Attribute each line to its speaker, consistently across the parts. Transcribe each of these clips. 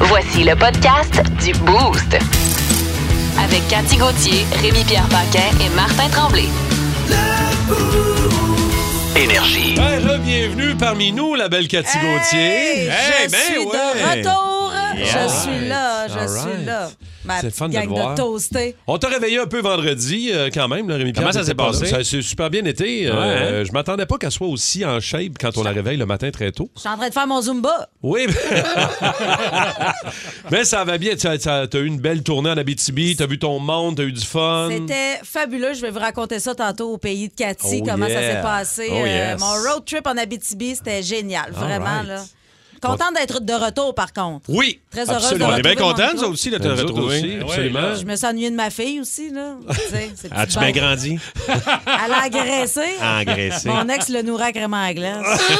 Speaker 1: Voici le podcast du Boost. Avec Cathy Gauthier, Rémi-Pierre Paquin et Martin Tremblay.
Speaker 2: Énergie.
Speaker 3: Ben, re-bienvenue parmi nous, la belle Cathy Gauthier.
Speaker 4: Hey,
Speaker 3: Hey,
Speaker 4: je
Speaker 3: ben
Speaker 4: suis
Speaker 3: ouais.
Speaker 4: de retour.
Speaker 3: Yeah.
Speaker 4: Je suis là, je
Speaker 3: All right.
Speaker 4: suis là. Ma
Speaker 3: C'est
Speaker 4: petite
Speaker 3: fun de
Speaker 4: gang
Speaker 3: te voir.
Speaker 4: de toastés.
Speaker 3: On t'a réveillé un peu vendredi, euh, quand même, là, Rémi.
Speaker 5: Comment ça s'est passé? hein?
Speaker 3: Ça s'est super bien été. Euh, Je m'attendais pas qu'elle soit aussi en shape quand on la réveille le matin très tôt.
Speaker 4: Je suis en train de faire mon Zumba.
Speaker 3: Oui, mais, mais ça va bien. Tu as, tu as- tu as eu une belle tournée en Abitibi, tu as vu ton monde, tu as eu du fun.
Speaker 4: C'était fabuleux. Je vais vous raconter ça tantôt au pays de Cathy,
Speaker 3: Oh
Speaker 4: comment ça
Speaker 3: yeah.
Speaker 4: s'est passé. euh,
Speaker 3: Oh yes.
Speaker 4: mon road trip en Abitibi, c'était génial, vraiment.
Speaker 3: right.
Speaker 4: là. Contente d'être de retour, par contre.
Speaker 3: Oui,
Speaker 4: Très heureuse
Speaker 3: absolument.
Speaker 4: de
Speaker 5: On est bien
Speaker 4: retrouver mon
Speaker 5: contents,
Speaker 4: groupe.
Speaker 5: nous autres aussi, de te
Speaker 3: Nous autres
Speaker 5: retrouver.
Speaker 3: aussi,
Speaker 5: Eh ouais,
Speaker 3: absolument.
Speaker 5: là.
Speaker 4: Je me suis ennuyée de ma fille aussi. là. Tu sais, ces petites
Speaker 3: Ah,
Speaker 5: As-tu bien
Speaker 4: bêtes.
Speaker 5: grandi?
Speaker 4: Elle a agressé.
Speaker 5: Engraissé.
Speaker 4: Mon ex le nourrit à crème à glace.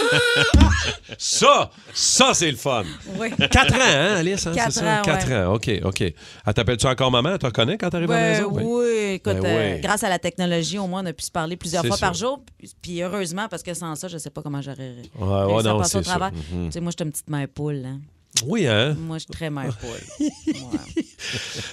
Speaker 3: Ça, ça, c'est le fun.
Speaker 4: Oui.
Speaker 3: 4 ans, hein, Alice? hein,
Speaker 4: Quatre
Speaker 3: c'est ça?
Speaker 4: ans,
Speaker 3: 4
Speaker 4: ouais.
Speaker 3: ans, OK, OK. Elle t'appelle-tu encore maman? Elle te reconnaît quand t'arrives à la
Speaker 4: Ben
Speaker 3: maison?
Speaker 4: oui, écoute,
Speaker 3: Ben
Speaker 4: euh,
Speaker 3: oui.
Speaker 4: grâce à la technologie, au moins, on a pu se parler plusieurs
Speaker 3: C'est
Speaker 4: fois
Speaker 3: sûr.
Speaker 4: par jour. Puis- Puis heureusement, parce que sans ça, je sais pas comment j'aurais.
Speaker 3: ouais,
Speaker 4: réussi à
Speaker 3: non,
Speaker 4: passer au
Speaker 3: c'est sûr. Mhm.
Speaker 4: travers. Tu sais, moi, j'étais une petite mère poule. hein.
Speaker 3: Oui, hein?
Speaker 4: Moi, je suis très mère poule. Ouais.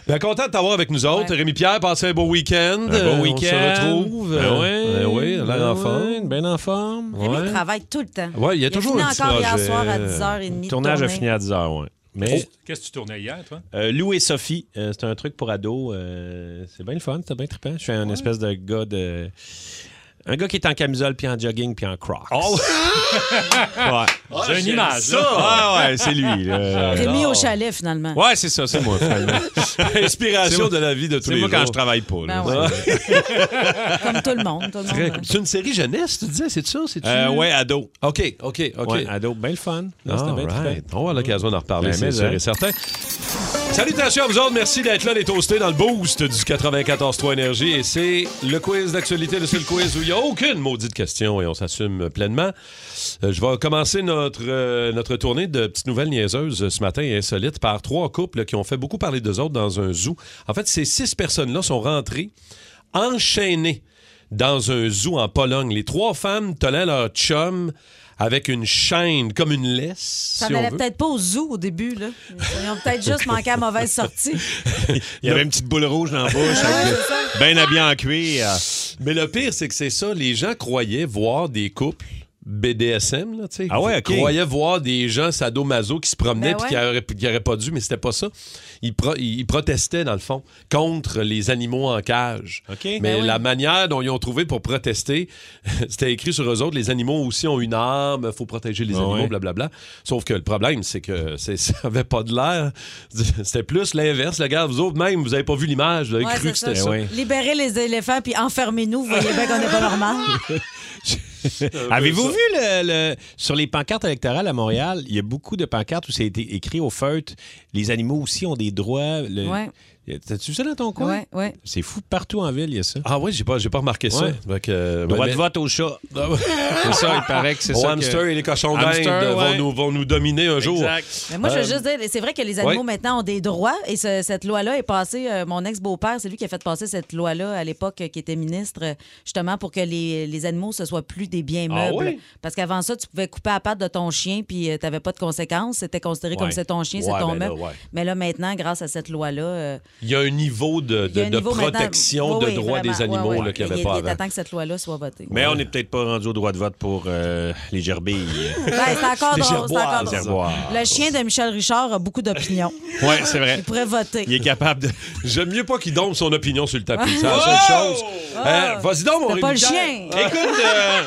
Speaker 3: Bien, content de t'avoir avec nous autres.
Speaker 4: Ouais.
Speaker 3: Rémi-Pierre, passez un beau week-end.
Speaker 5: Un
Speaker 3: Euh,
Speaker 5: bon week-end.
Speaker 3: On se retrouve.
Speaker 5: Ben
Speaker 3: Euh,
Speaker 5: ouais.
Speaker 3: oui, l'air
Speaker 5: Ben
Speaker 3: en forme.
Speaker 5: ouais, Bien en forme.
Speaker 4: Rémi, il
Speaker 3: Ouais.
Speaker 4: travaille tout le temps.
Speaker 3: Ouais, il y a toujours
Speaker 4: fini
Speaker 3: un petit
Speaker 4: encore hier
Speaker 3: projet. Oh.
Speaker 4: soir à 10h30.
Speaker 5: Le tournage
Speaker 4: de
Speaker 5: a
Speaker 4: tournée.
Speaker 5: fini à 10 h, ouais. Mais
Speaker 6: Qu'est-ce que tu tournais hier, toi?
Speaker 5: euh, Lou et Sophie, euh, c'est un truc pour ados. euh, c'est bien le fun, c'était bien trippant. Je suis un espèce de gars de. Un gars qui est en camisole, puis en jogging, puis en crocs. Oh! ouais.
Speaker 3: Ah,
Speaker 6: J'ai une image. là.
Speaker 5: Oh, Ça! Ah, Ouais, ouais, c'est lui. là.
Speaker 4: Rémi au chalet, finalement.
Speaker 5: Ouais, c'est ça, c'est moi, finalement. C'est
Speaker 3: Inspiration
Speaker 5: moi-
Speaker 3: de la vie de tous
Speaker 5: C'est
Speaker 3: les
Speaker 5: moi
Speaker 3: jours.
Speaker 5: quand je travaille pas.
Speaker 4: Ben
Speaker 5: là.
Speaker 4: ouais. Comme tout le monde. Tout le monde. hein.
Speaker 3: C'est une série jeunesse, tu disais, c'est ça? C'est
Speaker 5: Euh, ouais, ado.
Speaker 3: OK, OK, OK.
Speaker 5: Ouais, ado, bien le fun. Non, c'était bien
Speaker 3: All right.
Speaker 5: trippant.
Speaker 3: On va avoir l'occasion d'en reparler,
Speaker 5: Ben,
Speaker 3: c'est
Speaker 5: mais,
Speaker 3: sûr
Speaker 5: hein.
Speaker 3: et certain. Salutations à vous autres. Merci d'être là, les toastés, dans le boost du 94-3 Énergie. Et c'est le quiz d'actualité, le seul quiz où il n'y a aucune maudite question et on s'assume pleinement. Euh, je vais commencer notre, euh, notre tournée de petites nouvelles niaiseuses euh, ce matin et insolites par trois couples qui ont fait beaucoup parler d'eux autres dans un zoo. En fait, ces six personnes-là sont rentrées enchaînées dans un zoo en Pologne. Les trois femmes tenaient leur chum avec une chaîne, comme une laisse,
Speaker 4: Ça
Speaker 3: si on
Speaker 4: n'allait
Speaker 3: veut.
Speaker 4: peut-être pas au zoo au début. Là. Ils ont peut-être juste manqué à mauvaise sortie.
Speaker 5: Il y avait une petite boule rouge dans la bouche, bien habillé en cuir.
Speaker 3: Mais le pire, c'est que c'est ça. Les gens croyaient voir des couples BDSM, là, tu sais.
Speaker 5: Ah ouais, ok.
Speaker 3: Croyaient voir des gens sadomaso qui se promenaient
Speaker 4: Ben
Speaker 3: puis
Speaker 4: ouais.
Speaker 3: qui auraient- qui n'auraient pas dû, mais c'était pas ça. Ils, pro- ils protestaient, dans le fond, contre les animaux en cage.
Speaker 5: OK.
Speaker 3: Mais
Speaker 4: Ben oui.
Speaker 3: la manière dont ils ont trouvé pour protester, c'était écrit sur eux autres, les animaux aussi ont une arme, faut protéger les
Speaker 5: Ah
Speaker 3: animaux,
Speaker 5: ouais.
Speaker 3: blablabla. Sauf que le problème, c'est que c'est- ça avait pas de l'air. C'était plus l'inverse. Le gars, vous autres, même, vous avez pas vu l'image, vous avez
Speaker 4: Ouais,
Speaker 3: cru que
Speaker 4: c'est
Speaker 3: c'était
Speaker 4: ça.
Speaker 3: ça.
Speaker 5: Eh oui.
Speaker 4: Libérez les éléphants puis enfermez-nous. Vous voyez bien qu'on n'est pas normal.
Speaker 5: Avez-vous vu le, le- sur les pancartes électorales à Montréal, il y a beaucoup de pancartes où c'est été écrit au feutre les animaux aussi ont des droits. le-
Speaker 4: Ouais.
Speaker 5: T'as-tu vu ça dans ton coin?
Speaker 4: Ouais, ouais.
Speaker 5: C'est fou, partout en ville, il y a ça.
Speaker 3: Ah oui, j'ai pas, j'ai pas remarqué ça.
Speaker 5: Ouais.
Speaker 3: Fait que, euh,
Speaker 5: Droit
Speaker 3: mais-
Speaker 5: de vote au chat. c'est ça, il paraît que c'est
Speaker 3: Aux
Speaker 5: ça. que-
Speaker 3: hamsters et les cochons d'Inde
Speaker 5: Hamsters,
Speaker 3: vont,
Speaker 5: ouais.
Speaker 3: nous, vont nous dominer un jour.
Speaker 5: Exact.
Speaker 4: Mais moi, je veux juste dire, c'est vrai que les animaux
Speaker 3: Euh, ouais.
Speaker 4: maintenant ont des droits et ce- cette loi-là est passée. euh, mon ex-beau-père, c'est lui qui a fait passer cette loi-là à l'époque euh, qui était ministre, euh, justement pour que les, les animaux, ce soit plus des biens
Speaker 3: Ah
Speaker 4: meubles.
Speaker 3: oui?
Speaker 4: Parce qu'avant ça, tu pouvais couper la patte de ton chien puis tu n'avais pas de conséquences. C'était considéré comme
Speaker 5: Ouais.
Speaker 4: c'est ton chien,
Speaker 3: Ouais,
Speaker 4: c'est ton
Speaker 3: ben là,
Speaker 4: meuble.
Speaker 3: ouais.
Speaker 4: Mais là, maintenant, grâce à cette loi-là, euh,
Speaker 3: Il y a un niveau
Speaker 4: il
Speaker 3: de,
Speaker 4: y
Speaker 3: de,
Speaker 4: a un
Speaker 3: de
Speaker 4: niveau maintenant-
Speaker 3: protection
Speaker 4: Oui,
Speaker 3: de
Speaker 4: oui,
Speaker 3: droit
Speaker 4: vraiment.
Speaker 3: des animaux
Speaker 4: Ouais, ouais.
Speaker 3: là, qu'il n'y
Speaker 4: Il-
Speaker 3: avait pas
Speaker 4: Il est
Speaker 3: avant.
Speaker 4: temps que cette loi-là soit votée.
Speaker 5: Mais on n'est peut-être pas rendu au droit de vote pour euh, les gerbilles.
Speaker 4: Ben, c'est encore
Speaker 3: Les
Speaker 4: drôle, c'est
Speaker 3: gerboises.
Speaker 4: encore
Speaker 5: les
Speaker 4: drôle.
Speaker 5: gerboires.
Speaker 4: Le chien de Michel Richard a beaucoup d'opinions.
Speaker 5: Oui, c'est
Speaker 4: Il
Speaker 5: vrai.
Speaker 4: pourrait voter.
Speaker 5: Il est capable de.
Speaker 3: J'aime mieux pas qu'il dompe son opinion sur le tapis. C'est la seule chose. Hein, Vas-y donc, mon
Speaker 4: T'as pas le
Speaker 3: Rémi-Pierre.
Speaker 4: chien.
Speaker 5: Écoute, euh,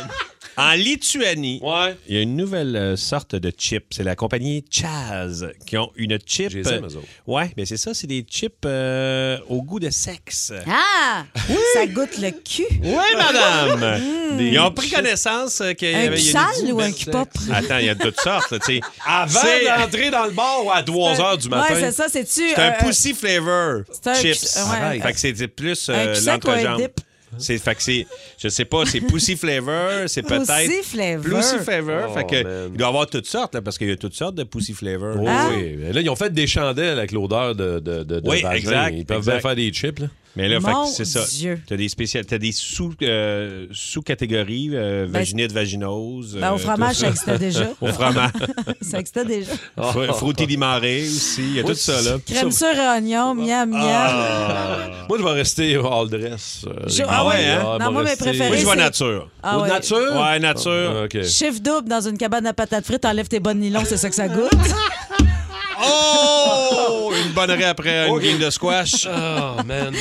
Speaker 5: en Lituanie,
Speaker 3: Ouais.
Speaker 5: il y a une nouvelle euh, sorte de chip. C'est la compagnie Chaz qui ont une chip. euh,
Speaker 3: Je les aime, eux autres.
Speaker 5: ouais, mais c'est ça, c'est des chips euh, au goût de sexe.
Speaker 4: Ah! Ça goûte le cul.
Speaker 5: Oui, madame! Ils ont pris connaissance euh, qu'il y
Speaker 4: Un
Speaker 5: avait.
Speaker 4: cul
Speaker 5: il y a
Speaker 4: sale
Speaker 5: des-
Speaker 4: ou un cul pop?
Speaker 5: Attends, il y a de toutes sortes, là, tu sais.
Speaker 3: Avant
Speaker 5: C'est-
Speaker 3: d'entrer dans le bar à 3 h du matin.
Speaker 4: Ouais, c'est ça, c'est-tu.
Speaker 5: C'est un
Speaker 4: euh,
Speaker 5: pussy flavor
Speaker 4: c'est un
Speaker 5: chips.
Speaker 4: cul- ouais,
Speaker 3: Arrête.
Speaker 4: un-
Speaker 5: Fait que c'est plus
Speaker 4: Un
Speaker 5: euh,
Speaker 4: cul-sec ou un
Speaker 5: l'entrejambe.
Speaker 4: dip?
Speaker 5: C'est fait que c'est je sais pas, c'est pussy flavor, c'est peut-être
Speaker 4: Pussy flavor.
Speaker 5: Pussy flavor,
Speaker 3: Oh,
Speaker 5: fait que
Speaker 3: man.
Speaker 5: il doit y avoir toutes sortes là, parce qu'il y a toutes sortes de pussy flavor.
Speaker 3: Oh,
Speaker 4: Ah.
Speaker 3: oui. Là, ils ont fait des chandelles avec l'odeur de, de, de, de
Speaker 5: Oui,
Speaker 3: vagin.
Speaker 5: exact,
Speaker 3: Ils peuvent
Speaker 5: exact.
Speaker 3: bien faire des chips. Là.
Speaker 5: Mais là, fait que
Speaker 4: Mon
Speaker 5: c'est ça.
Speaker 4: Dieu.
Speaker 5: T'as des spécial, t'as des sous, euh, sous-catégories, euh,
Speaker 4: Ben,
Speaker 5: vaginite, vaginose.
Speaker 4: Ben,
Speaker 5: euh,
Speaker 4: au fromage, ça existait déjà.
Speaker 5: tout- Au fromage.
Speaker 4: ça existait déjà.
Speaker 5: Fr- Frutti di mare aussi. Il y a tout ça, là.
Speaker 4: Crème sur oignon,
Speaker 5: Ah,
Speaker 4: miam, miam.
Speaker 3: Moi, je vais rester all dress. euh,
Speaker 4: Je-
Speaker 3: les
Speaker 4: ah
Speaker 3: gars.
Speaker 5: ouais, hein?
Speaker 3: je vais
Speaker 4: Non, moi, mes
Speaker 3: rester-
Speaker 4: préférés,
Speaker 5: Moi, je vois
Speaker 4: c'est-
Speaker 5: nature.
Speaker 4: Ah
Speaker 3: Ou de
Speaker 4: ouais.
Speaker 3: nature?
Speaker 5: Ouais, nature.
Speaker 3: Ah, OK.
Speaker 4: Chiffre double dans une cabane à patates frites, enlève tes bonnes nylons, c'est ça que ça goûte.
Speaker 5: Oh! Une bonnerie après une game de squash.
Speaker 3: Oh, man.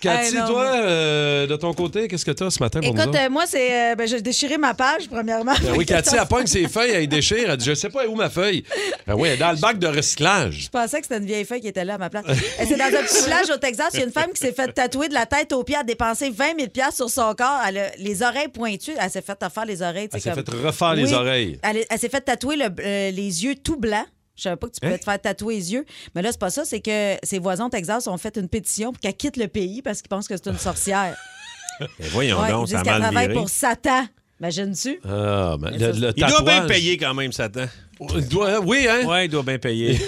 Speaker 3: Cathy,
Speaker 4: non,
Speaker 3: toi, euh, de ton côté, qu'est-ce que t'as ce matin pour nous
Speaker 4: Écoute,
Speaker 3: autres?
Speaker 4: euh, moi, c'est. euh, ben, j'ai déchiré ma page, premièrement.
Speaker 3: Ben oui, Cathy, elle pogne ses feuilles, elle les déchire, elle dit Je sais pas où ma feuille. Ben oui, elle est dans le bac de recyclage.
Speaker 4: Je pensais que c'était une vieille feuille qui était là à ma place. Et c'est dans un petit village au Texas, il y a une femme qui s'est fait tatouer de la tête aux pieds, a dépensé 20 000 sur son corps. Elle a les oreilles pointues, elle s'est fait refaire les oreilles. tu
Speaker 3: Elle
Speaker 4: sais,
Speaker 3: s'est
Speaker 4: comme-
Speaker 3: fait refaire les
Speaker 4: Oui.
Speaker 3: oreilles.
Speaker 4: Elle, est- elle s'est fait tatouer le- euh, les yeux tout blancs. Je savais pas que tu
Speaker 3: Hein?
Speaker 4: pouvais te faire tatouer les yeux. Mais là, c'est pas ça. C'est que ses voisins au Texas ont fait une pétition pour qu'elle quitte le pays parce qu'ils pensent que c'est une sorcière.
Speaker 5: Mais voyons
Speaker 4: Ouais, ils
Speaker 5: donc,
Speaker 4: disent
Speaker 5: ça a
Speaker 4: qu'elle
Speaker 5: mal
Speaker 4: travaille
Speaker 5: viré.
Speaker 4: pour Satan. Imagines-tu?
Speaker 3: Ah, man.
Speaker 4: ça,
Speaker 3: Le, le
Speaker 5: Il doit bien
Speaker 3: tatouage-
Speaker 5: payer quand même, Satan.
Speaker 3: Il doit- oui, hein?
Speaker 5: Ouais, il doit bien payer.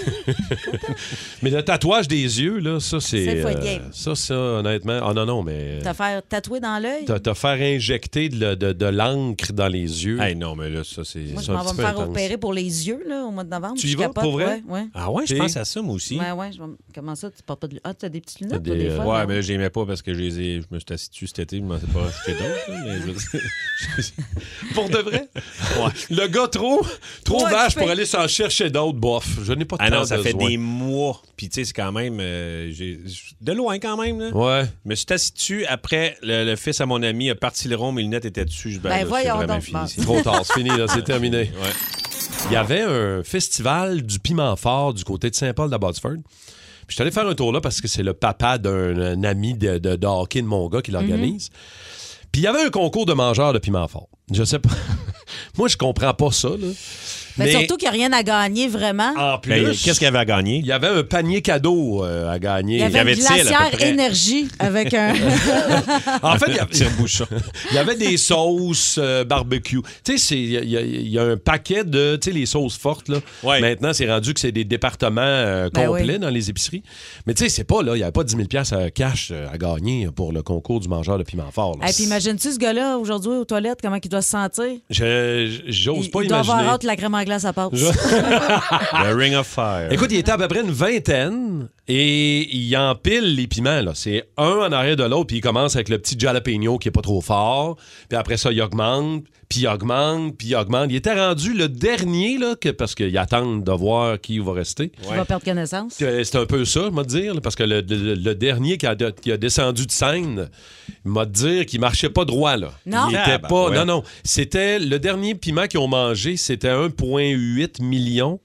Speaker 3: Mais le tatouage des yeux, là, ça, c'est. euh,
Speaker 4: Ça, faut être game.
Speaker 3: ça, ça, honnêtement. Ah, non, non, mais.
Speaker 4: Te faire tatouer dans l'œil?
Speaker 3: Te, te faire injecter de, le- de- de l'encre dans les yeux.
Speaker 5: hey, non, mais là, ça, c'est.
Speaker 4: Moi,
Speaker 3: c'est
Speaker 4: je
Speaker 3: un
Speaker 4: m'en vais
Speaker 3: petit
Speaker 4: me
Speaker 3: peu
Speaker 4: faire
Speaker 3: intense.
Speaker 4: opérer pour les yeux là, au mois de novembre.
Speaker 3: Tu y
Speaker 4: Je
Speaker 3: vas,
Speaker 4: capote,
Speaker 3: pour vrai?
Speaker 4: Ouais, ouais.
Speaker 5: Ah ouais, je
Speaker 3: Et-
Speaker 5: pense à ça, moi aussi.
Speaker 4: Ouais, ouais, je vais me- Comment ça, tu portes pas de. Ah, tu as des petites
Speaker 3: Hein? T'as
Speaker 4: lunettes,
Speaker 3: des,
Speaker 4: toi, des,
Speaker 3: euh,
Speaker 4: fois?
Speaker 5: Ouais,
Speaker 4: non?
Speaker 5: mais là, je n'aimais pas parce que je, les ai- je me suis assis dessus cet été, je m'en sais pas acheté d'autres. là, Mais je veux dire-
Speaker 3: Pour de vrai? Le gars trop, trop
Speaker 4: Ouais,
Speaker 3: vache
Speaker 4: tu
Speaker 3: pour
Speaker 4: fais-
Speaker 3: aller s'en chercher d'autres, bof. Je n'ai pas de
Speaker 5: Ah non,
Speaker 3: temps
Speaker 5: ça fait
Speaker 3: besoin.
Speaker 5: des mois. Puis tu sais, c'est quand même. euh, j'ai- de loin quand même, là.
Speaker 3: Ouais.
Speaker 5: Je me suis assis dessus. Après, le, le fils à mon ami a parti le rond, mes lunettes étaient dessus. Je, ben,
Speaker 4: Ben,
Speaker 5: là, c'est
Speaker 4: voyons
Speaker 5: vraiment
Speaker 4: donc,
Speaker 5: fini,
Speaker 4: bon.
Speaker 5: c'est-
Speaker 3: Trop tard, c'est fini, là, c'est terminé.
Speaker 5: Ouais.
Speaker 3: Il y avait un festival du piment fort du côté de Saint-Paul d'Abbotsford. Puis Je suis allé faire un tour là parce que c'est le papa d'un un ami de, de, de hockey de mon gars qui l'organise.
Speaker 4: Mhm.
Speaker 3: Puis il y avait un concours de mangeurs de piment fort. Je sais pas. Moi, je comprends pas ça. Là.
Speaker 4: Mais Ben, surtout qu'il n'y a rien à gagner vraiment.
Speaker 3: en
Speaker 5: Ben,
Speaker 3: plus,
Speaker 5: Qu'est-ce qu'il y avait à gagner?
Speaker 3: il y avait un panier cadeau euh, à gagner.
Speaker 4: il y avait une
Speaker 5: avait-il, à peu
Speaker 4: glacière
Speaker 5: près?
Speaker 4: énergie avec un.
Speaker 3: En fait, il y avait-
Speaker 5: Tire-bouchon.
Speaker 3: Il y avait des sauces euh, barbecue. Tu sais, c'est- il y, a- il y a- il y a un paquet de, tu sais, les sauces fortes, là.
Speaker 5: Ouais.
Speaker 3: Maintenant, c'est rendu que c'est des départements euh,
Speaker 4: Ben
Speaker 3: complets
Speaker 4: oui.
Speaker 3: dans les épiceries. Mais tu sais, c'est pas, là, il n'y avait pas 10 000 à cash euh, à gagner pour le concours du mangeur de piment fort. là.
Speaker 4: Et puis imagines-tu ce gars-là aujourd'hui aux toilettes, comment il doit se sentir?
Speaker 3: Je- je- J'ose
Speaker 4: Il,
Speaker 3: pas
Speaker 4: il doit
Speaker 3: imaginer.
Speaker 4: avoir hâte que la crème en glace à passe.
Speaker 5: Le Ring of Fire.
Speaker 3: Écoute, il était à peu près une vingtaine et il empile les piments. là. C'est un en arrière de l'autre, puis il commence avec le petit jalapeno qui est pas trop fort. Puis après ça, il augmente, puis il augmente, puis il augmente. Il était rendu le dernier, là, que, parce qu'ils attendent de voir qui va rester.
Speaker 4: Tu vas perdre connaissance.
Speaker 3: Euh, C'est un peu ça, je vais te dire, là, parce que le, le- le dernier qui a, de- qui a descendu de scène, il m'a dire qu'il marchait pas droit. Là.
Speaker 4: Non.
Speaker 3: Il était
Speaker 5: Ah, ben
Speaker 3: pas.
Speaker 5: ouais.
Speaker 3: Non, non. C'était le dernier piment qu'ils ont mangé, c'était 1,8 million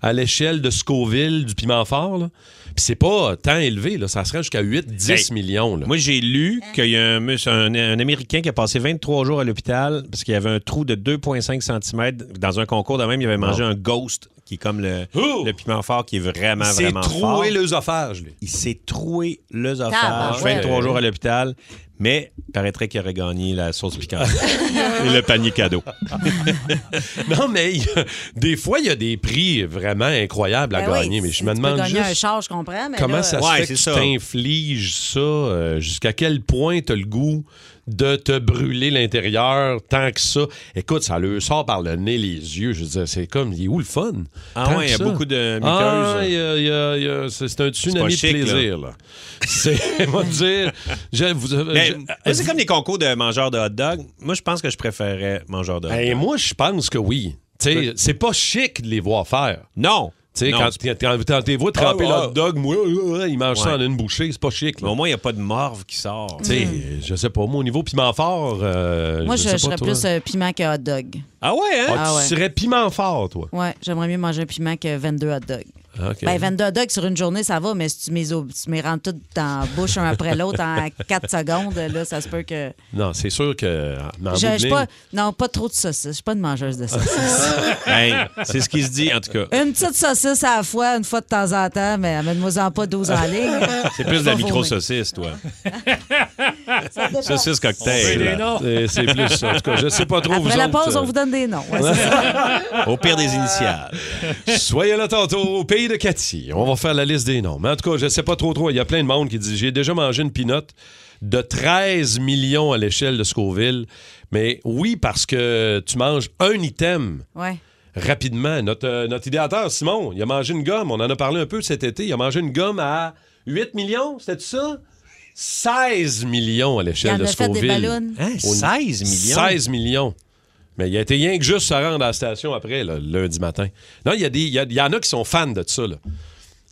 Speaker 3: à l'échelle de Scoville du piment fort. là. Puis c'est pas tant élevé, là. ça serait jusqu'à 8-10
Speaker 5: Hey.
Speaker 3: millions. là.
Speaker 5: Moi, j'ai lu qu'il y a un, mus- un- un Américain qui a passé 23 jours à l'hôpital parce qu'il y avait un trou de 2,5 cm dans un concours de même. Il avait mangé un ghost, qui est comme le,
Speaker 3: Oh!
Speaker 5: le piment fort qui est vraiment,
Speaker 3: c'est
Speaker 5: vraiment fort. Ah, ben
Speaker 3: troué l'œsophage. lui.
Speaker 5: Il s'est troué l'œsophage.
Speaker 4: Tabarouette.
Speaker 5: 23 jours à l'hôpital, mais paraîtrait qu'il aurait gagné la sauce piquante et le panier cadeau.
Speaker 3: Non, mais il y a- des fois, il y a des prix vraiment incroyables à
Speaker 4: Ben oui,
Speaker 3: gagner, mais je
Speaker 4: si
Speaker 3: me
Speaker 4: tu peux
Speaker 3: demande
Speaker 4: gagner
Speaker 3: juste.
Speaker 4: un char, je comprends. Mais
Speaker 3: Comment
Speaker 4: là,
Speaker 3: ça
Speaker 4: euh,
Speaker 3: se
Speaker 5: Ouais,
Speaker 3: fait
Speaker 5: c'est
Speaker 3: que tu
Speaker 5: ça.
Speaker 3: t'infliges ça? euh, Jusqu'à quel point t'as le goût de te brûler l'intérieur tant que ça? Écoute, ça le sort par le nez, les yeux. Je veux dire, c'est comme, il est où le fun?
Speaker 5: Ah
Speaker 3: Tant
Speaker 5: ouais,
Speaker 3: que
Speaker 5: il y a
Speaker 3: ça.
Speaker 5: beaucoup de muqueuses.
Speaker 3: Ah, il y a- il y a- il y a- c'est c'est un tsunami
Speaker 5: chic,
Speaker 3: de
Speaker 5: là.
Speaker 3: plaisir, là. C'est, moi, dire... je- vous- euh,
Speaker 5: Mais,
Speaker 3: je-
Speaker 5: moi, c'est comme les concours de mangeurs de hot dog. Moi, je pense que je préférais mangeurs de hot dog.
Speaker 3: Ben, moi, je pense que oui. Tu sais, c'est pas chic de les voir faire.
Speaker 5: non!
Speaker 3: Tu sais,
Speaker 5: Non.
Speaker 3: quand tu quand, quand t'es vois tremper
Speaker 5: Ah, ouais.
Speaker 3: leur dog, moi, euh, ils mangent ça en
Speaker 5: Ouais.
Speaker 3: une bouchée, c'est pas chic. là.
Speaker 5: Mais au moins, il n'y a pas de morve qui sort.
Speaker 3: Tu sais, euh, je sais pas, moi, au niveau piment fort, euh,
Speaker 4: Mm. Moi,
Speaker 3: je,
Speaker 4: je,
Speaker 3: sais
Speaker 4: je
Speaker 3: pas,
Speaker 4: serais
Speaker 3: toi.
Speaker 4: plus euh, piment que hot dog.
Speaker 5: Ah ouais, hein?
Speaker 3: Ah,
Speaker 4: Ah
Speaker 3: tu
Speaker 4: ouais.
Speaker 3: serais piment fort, toi.
Speaker 4: Ouais, j'aimerais mieux manger un piment que 22 hot dogs.
Speaker 3: Ah, OK.
Speaker 4: Ben, 22 hot dogs sur une journée, ça va, mais si tu mets tu mets rentres tout dans la bouche un après l'autre en 4 secondes, là, ça se peut que.
Speaker 3: Non, c'est sûr que. euh, en bout
Speaker 4: Je,
Speaker 3: de
Speaker 4: je suis pas,
Speaker 3: ligne-
Speaker 4: non, pas trop de saucisses. Je suis pas une mangeuse de saucisses.
Speaker 5: Hey, c'est ce qui se dit, en tout cas.
Speaker 4: une petite saucisse à la fois, une fois de temps en temps, mais amène-moi-en pas 12 en ligne.
Speaker 5: C'est plus de la
Speaker 4: Faut
Speaker 5: micro-saucisse, toi.
Speaker 4: vomir.
Speaker 5: Saucisse
Speaker 6: C'est
Speaker 5: cocktail.
Speaker 6: des
Speaker 5: là.
Speaker 6: noms.
Speaker 3: C'est- C'est plus ça. En tout cas, je sais pas trop.
Speaker 4: Après
Speaker 3: vous
Speaker 4: la
Speaker 3: autres, euh,
Speaker 4: pause, on vous donne des noms. Ouais, c'est ça.
Speaker 5: Au pire des initiales.
Speaker 3: euh, Soyez là tantôt au pays de Cathy. On va faire la liste des noms. Mais en tout cas, je sais pas trop trop. Il y a plein de monde qui dit J'ai déjà mangé une pinotte de 13 millions à l'échelle de Scoville. Mais oui, parce que tu manges un item
Speaker 4: Ouais.
Speaker 3: rapidement. Notre, euh, notre idéateur, Simon, il a mangé une gomme. On en a parlé un peu cet été. Il a mangé une gomme à 8 millions, c'était ça? 16 millions à
Speaker 4: Il
Speaker 3: l'échelle
Speaker 4: en
Speaker 3: de
Speaker 4: a fait des
Speaker 3: Scoville.
Speaker 4: ballons.
Speaker 5: Hein, 16 millions?
Speaker 3: 16 millions. Mais il a été rien que juste à rendre à la station après, là, le lundi matin. Non, il y, a des- il y, a- il y en a qui sont fans de ça. là.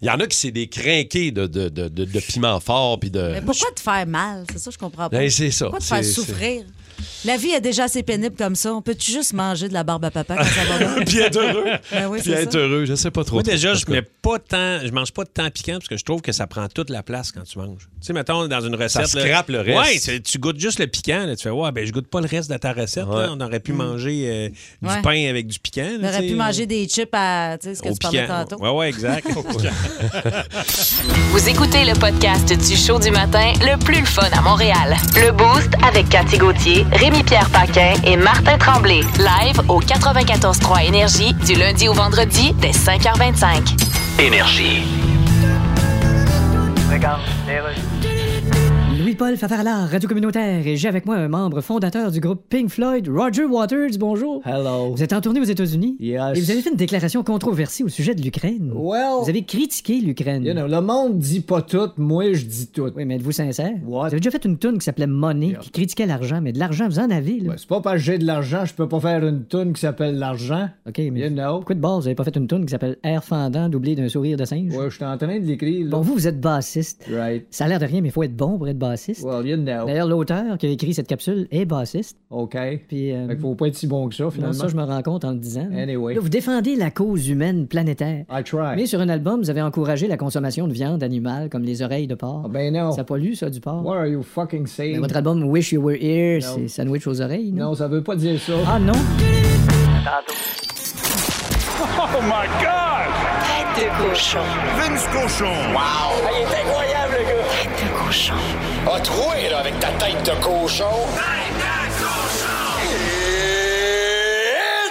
Speaker 3: Il y en a qui c'est des crinqués de, de, de, de- de piment fort. Puis de...
Speaker 4: Mais pourquoi te faire mal? C'est ça, je comprends pas.
Speaker 3: Ben, c'est ça.
Speaker 4: Pourquoi te faire
Speaker 3: C'est-
Speaker 4: souffrir? La vie est déjà assez pénible comme ça. On peut-tu juste manger de la barbe à papa quand ça va bien?
Speaker 3: Puis être heureux.
Speaker 4: Ben oui,
Speaker 3: Puis
Speaker 4: c'est
Speaker 3: être
Speaker 4: ça.
Speaker 3: heureux, je sais pas trop.
Speaker 5: Moi, déjà,
Speaker 3: En
Speaker 5: je
Speaker 3: tout cas,
Speaker 5: mets pas tant, je mange pas de temps piquant parce que je trouve que ça prend toute la place quand tu manges. Tu sais, mettons, dans une recette. là-
Speaker 3: scrape le reste.
Speaker 5: Ouais, c'est- tu goûtes juste le piquant. là. tu fais, ouais, ben, je goûte pas le reste de ta recette.
Speaker 3: Ouais.
Speaker 5: là. On aurait pu manger euh, du
Speaker 4: Mm. Ouais.
Speaker 5: pain avec du piquant.
Speaker 4: On
Speaker 5: là,
Speaker 4: aurait
Speaker 5: tu
Speaker 4: pu
Speaker 5: sais,
Speaker 4: manger des chips à, tu sais, ce que
Speaker 5: au
Speaker 4: tu parlais
Speaker 5: piquant.
Speaker 4: tantôt.
Speaker 5: Ouais, ouais, exact.
Speaker 1: Vous écoutez le podcast du show du matin, le plus le fun à Montréal. Le Boost avec Cathy Gauthier, Rémi-Pierre Paquin et Martin Tremblay. Live au 94.3 Énergie du lundi au vendredi dès 5h25.
Speaker 2: Énergie.
Speaker 7: Louis-Paul Favarlard, Radio Communautaire, et j'ai avec moi un membre fondateur du groupe Pink Floyd, Roger Waters. Bonjour.
Speaker 8: Hello.
Speaker 7: Vous êtes en tournée aux États-Unis
Speaker 8: Ah. Yes.
Speaker 7: et vous avez fait une déclaration controversée au sujet de l'Ukraine.
Speaker 8: Well,
Speaker 7: Vous avez critiqué l'Ukraine.
Speaker 8: you know, le monde dit pas tout, moi je dis tout.
Speaker 7: Oui, mais êtes-vous sincère?
Speaker 8: What?
Speaker 7: Vous avez déjà fait une tune qui s'appelait Money, qui critiquait l'argent, mais de l'argent, vous en avez, là.
Speaker 8: Ben, c'est pas parce que j'ai de l'argent, je peux pas faire une toune qui s'appelle l'argent.
Speaker 7: OK, mais
Speaker 8: You know.
Speaker 7: pourquoi de base, vous avez pas fait une tune qui s'appelle Air fendant doublé d'un sourire de singe?
Speaker 8: Ouais, je suis en train de l'écrire. là.
Speaker 7: Bon, vous, vous êtes bassiste.
Speaker 8: Right.
Speaker 7: Ça a l'air de rien, mais il faut être bon pour être bassiste.
Speaker 8: Well, you know.
Speaker 7: D'ailleurs, l'auteur qui a écrit cette capsule est bassiste.
Speaker 8: OK. Fait
Speaker 7: Puis, euh,
Speaker 8: qu'il faut pas être si bon que ça,
Speaker 7: Non,
Speaker 8: finalement.
Speaker 7: ça, je me rends compte en le disant.
Speaker 8: Anyway.
Speaker 7: Là, vous défendez la cause humaine planétaire.
Speaker 8: I try.
Speaker 7: Mais sur un album, vous avez encouragé la consommation de viande animale, comme les oreilles de porc.
Speaker 8: Ah, ben non.
Speaker 7: Ça pollue, ça, du porc.
Speaker 8: What are you fucking
Speaker 7: Mais
Speaker 8: saying?
Speaker 7: votre album Wish You Were Here,
Speaker 8: Non.
Speaker 7: c'est sandwich aux oreilles, non?
Speaker 8: Non, ça veut pas dire ça.
Speaker 7: Ah non?
Speaker 9: Vince Cochon. Wow! il est incroyable, le gars! Tête de cochon. A troué, là, avec ta tête de cochon. Tête de cochon!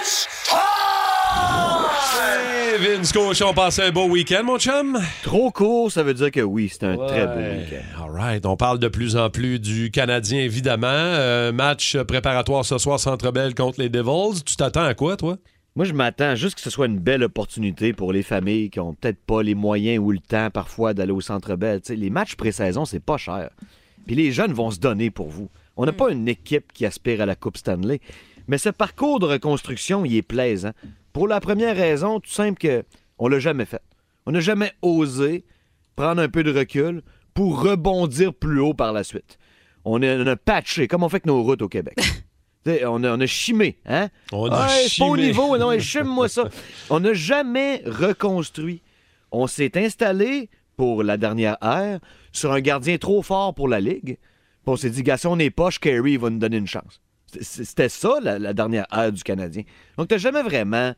Speaker 9: It's time!
Speaker 3: Hey, Vince Cochon, passez un beau week-end, mon chum.
Speaker 10: Trop court, ça veut dire que oui, c'est un très beau week-end.
Speaker 3: All right. On parle de plus en plus du Canadien, évidemment. Euh, match préparatoire ce soir, Centre Bell contre les Devils. Tu t'attends à quoi, toi?
Speaker 10: Moi, je m'attends juste que ce soit une belle opportunité pour les familles qui ont peut-être pas les moyens ou le temps parfois d'aller au Centre Bell. Tu sais, les matchs pré-saison, c'est pas cher. Puis les jeunes vont se donner pour vous. On n'a pas une équipe qui aspire à la Coupe Stanley. Mais ce parcours de reconstruction, il est plaisant. Pour la première raison, tout simple que on l'a jamais fait. On n'a jamais osé prendre un peu de recul pour rebondir plus haut par la suite. On a, on a patché, comme on fait avec nos routes au Québec. Tu sais, on, a, on a chimé, hein?
Speaker 3: On a
Speaker 10: Ouais, c'est pas au
Speaker 3: chimé.
Speaker 10: niveau, non, chime-moi ça. On n'a jamais reconstruit. On s'est installé, pour la dernière ère, sur un gardien trop fort pour la Ligue. Puis on s'est dit, gars, si on est poche, Carey il va nous donner une chance. C- c- C'était ça, la, la dernière ère du Canadien. Donc, t'as jamais vraiment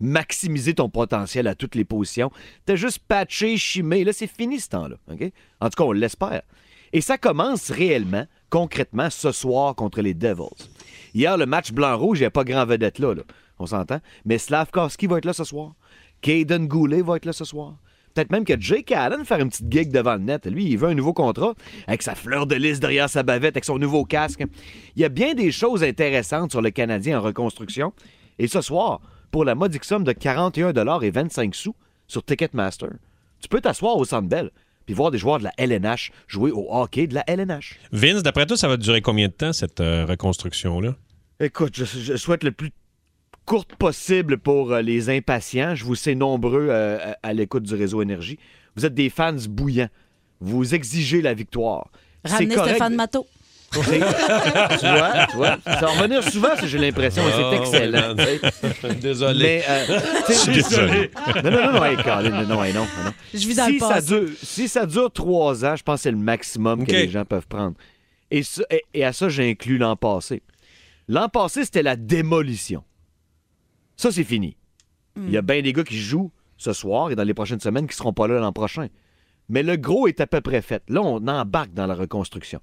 Speaker 10: maximisé ton potentiel à toutes les positions. T'as juste patché, chimé. Là, c'est fini ce temps-là. OK? En tout cas, on l'espère. Et ça commence réellement, concrètement, ce soir contre les Devils. Hier, le match blanc-rouge, il n'y a pas grand vedette là, là. On s'entend. Mais Slavkovski va être là ce soir. Caden Goulet va être là ce soir. Peut-être même que Jake Allen faire une petite gig devant le net. Lui, il veut un nouveau contrat avec sa fleur de lys derrière sa bavette, avec son nouveau casque. Il y a bien des choses intéressantes sur le Canadien en reconstruction. Et ce soir, pour la modique somme de 41,25 sous sur Ticketmaster, tu peux t'asseoir au Centre Bell puis voir des joueurs de la LNH jouer au hockey de la LNH.
Speaker 5: Vince, d'après toi, ça va durer combien de temps, cette euh, reconstruction-là?
Speaker 10: Écoute, je, je souhaite le plus courte possible pour euh, les impatients. Je vous sais nombreux euh, à- à l'écoute du réseau Énergie. Vous êtes des fans bouillants. Vous exigez la victoire. C'est
Speaker 4: Ramener
Speaker 10: correct.
Speaker 4: Stéphane Matteau.
Speaker 10: C'est- tu vois, tu vois, ça va revenir souvent, ça, j'ai l'impression, et
Speaker 3: Ah,
Speaker 10: c'est
Speaker 3: ouais,
Speaker 10: excellent.
Speaker 3: man.
Speaker 10: tu sais.
Speaker 3: Désolé.
Speaker 10: Mais, euh, tu sais-
Speaker 3: Désolé.
Speaker 10: Non, non, non, non, hey, Colin, non, non, hey, non, non, non.
Speaker 4: Je vis dans le
Speaker 10: si, ça
Speaker 4: passé.
Speaker 10: dure, si ça dure trois ans, je pense que c'est le maximum
Speaker 5: OK.
Speaker 10: que les gens peuvent prendre. Et, ça- et- et à ça, j'inclus l'an passé. L'an passé, c'était la démolition. Ça, c'est fini. Il
Speaker 4: Hmm.
Speaker 10: y a bien des gars qui jouent ce soir et dans les prochaines semaines qui seront pas là l'an prochain. Mais le gros est à peu près fait. Là, on embarque dans la reconstruction.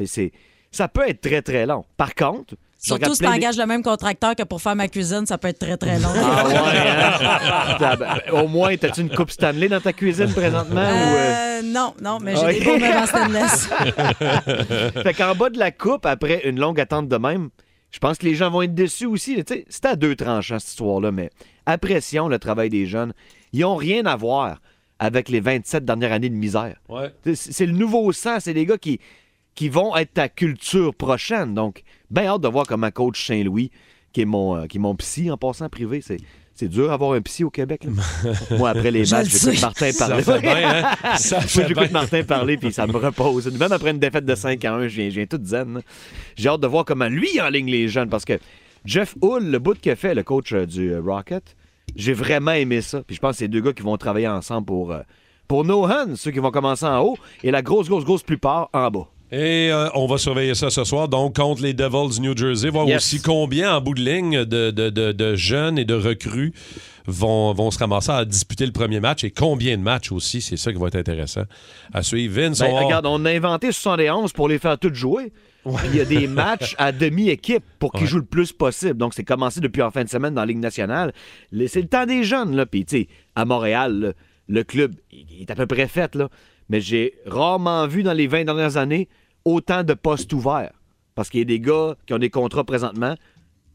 Speaker 10: Et c'est, ça peut être très, très long. Par contre,
Speaker 4: Surtout
Speaker 10: regarde
Speaker 4: si
Speaker 10: plein
Speaker 4: t'engages le même contracteur que pour faire ma cuisine, ça peut être très, très long.
Speaker 10: Ah ouais, hein? Tab- Au moins, t'as-tu une coupe Stanley dans ta cuisine présentement? ou, euh?
Speaker 4: Euh, non, non, mais j'ai
Speaker 10: Ouais.
Speaker 4: des beaux meubles en stainless.
Speaker 10: Fait qu'en bas de la coupe, après une longue attente de même, je pense que les gens vont être déçus aussi. Tu sais, C'était à deux tranchants, cette histoire-là, mais apprécions le travail des jeunes. Ils n'ont rien à voir avec les 27 dernières années de misère.
Speaker 3: Ouais.
Speaker 10: Tu sais, C'est c'est le nouveau sang, c'est les gars qui, qui vont être ta culture prochaine. Donc, bien hâte de voir comment coach Saint-Louis, qui, est mon, euh, qui est mon psy en passant privé, c'est. C'est dur d'avoir un psy au Québec. là. Moi, après les
Speaker 4: Je
Speaker 10: matchs,
Speaker 4: le sais.
Speaker 10: j'écoute Martin
Speaker 3: Ça
Speaker 10: parler.
Speaker 3: fait bien, hein? Ça
Speaker 10: Moi,
Speaker 3: fait
Speaker 10: j'écoute
Speaker 3: bien.
Speaker 10: Martin parler, puis ça me repose. Même après une défaite de 5 à 1, je viens, je viens toute zen. J'ai hâte de voir comment lui enligne les jeunes, parce que Jeff Hull, le bout qu'a fait, le coach euh, du euh, Rocket, j'ai vraiment aimé ça. Puis je pense que c'est deux gars qui vont travailler ensemble pour, euh, pour Nohan, ceux qui vont commencer en haut, et la grosse, grosse, grosse plupart en bas.
Speaker 3: Et euh, on va surveiller ça ce soir, donc contre les Devils du New Jersey, voir
Speaker 10: Yes.
Speaker 3: aussi combien en bout de ligne de, de- de- de jeunes et de recrues vont, vont se ramasser à disputer le premier match et combien de matchs aussi, c'est ça qui va être intéressant à suivre. Vince,
Speaker 10: Ben,
Speaker 3: on va-
Speaker 10: regarde, on a inventé 71 pour les faire toutes jouer. Il y a des matchs à demi-équipe pour qu'ils jouent le plus possible. Donc, c'est commencé depuis en fin de semaine dans la Ligue nationale. Le- C'est le temps des jeunes. Là. Puis, tu sais, à Montréal, là, le club il est à peu près fait. Là. Mais j'ai rarement vu dans les 20 dernières années autant de postes ouverts. Parce qu'il y a des gars qui ont des contrats présentement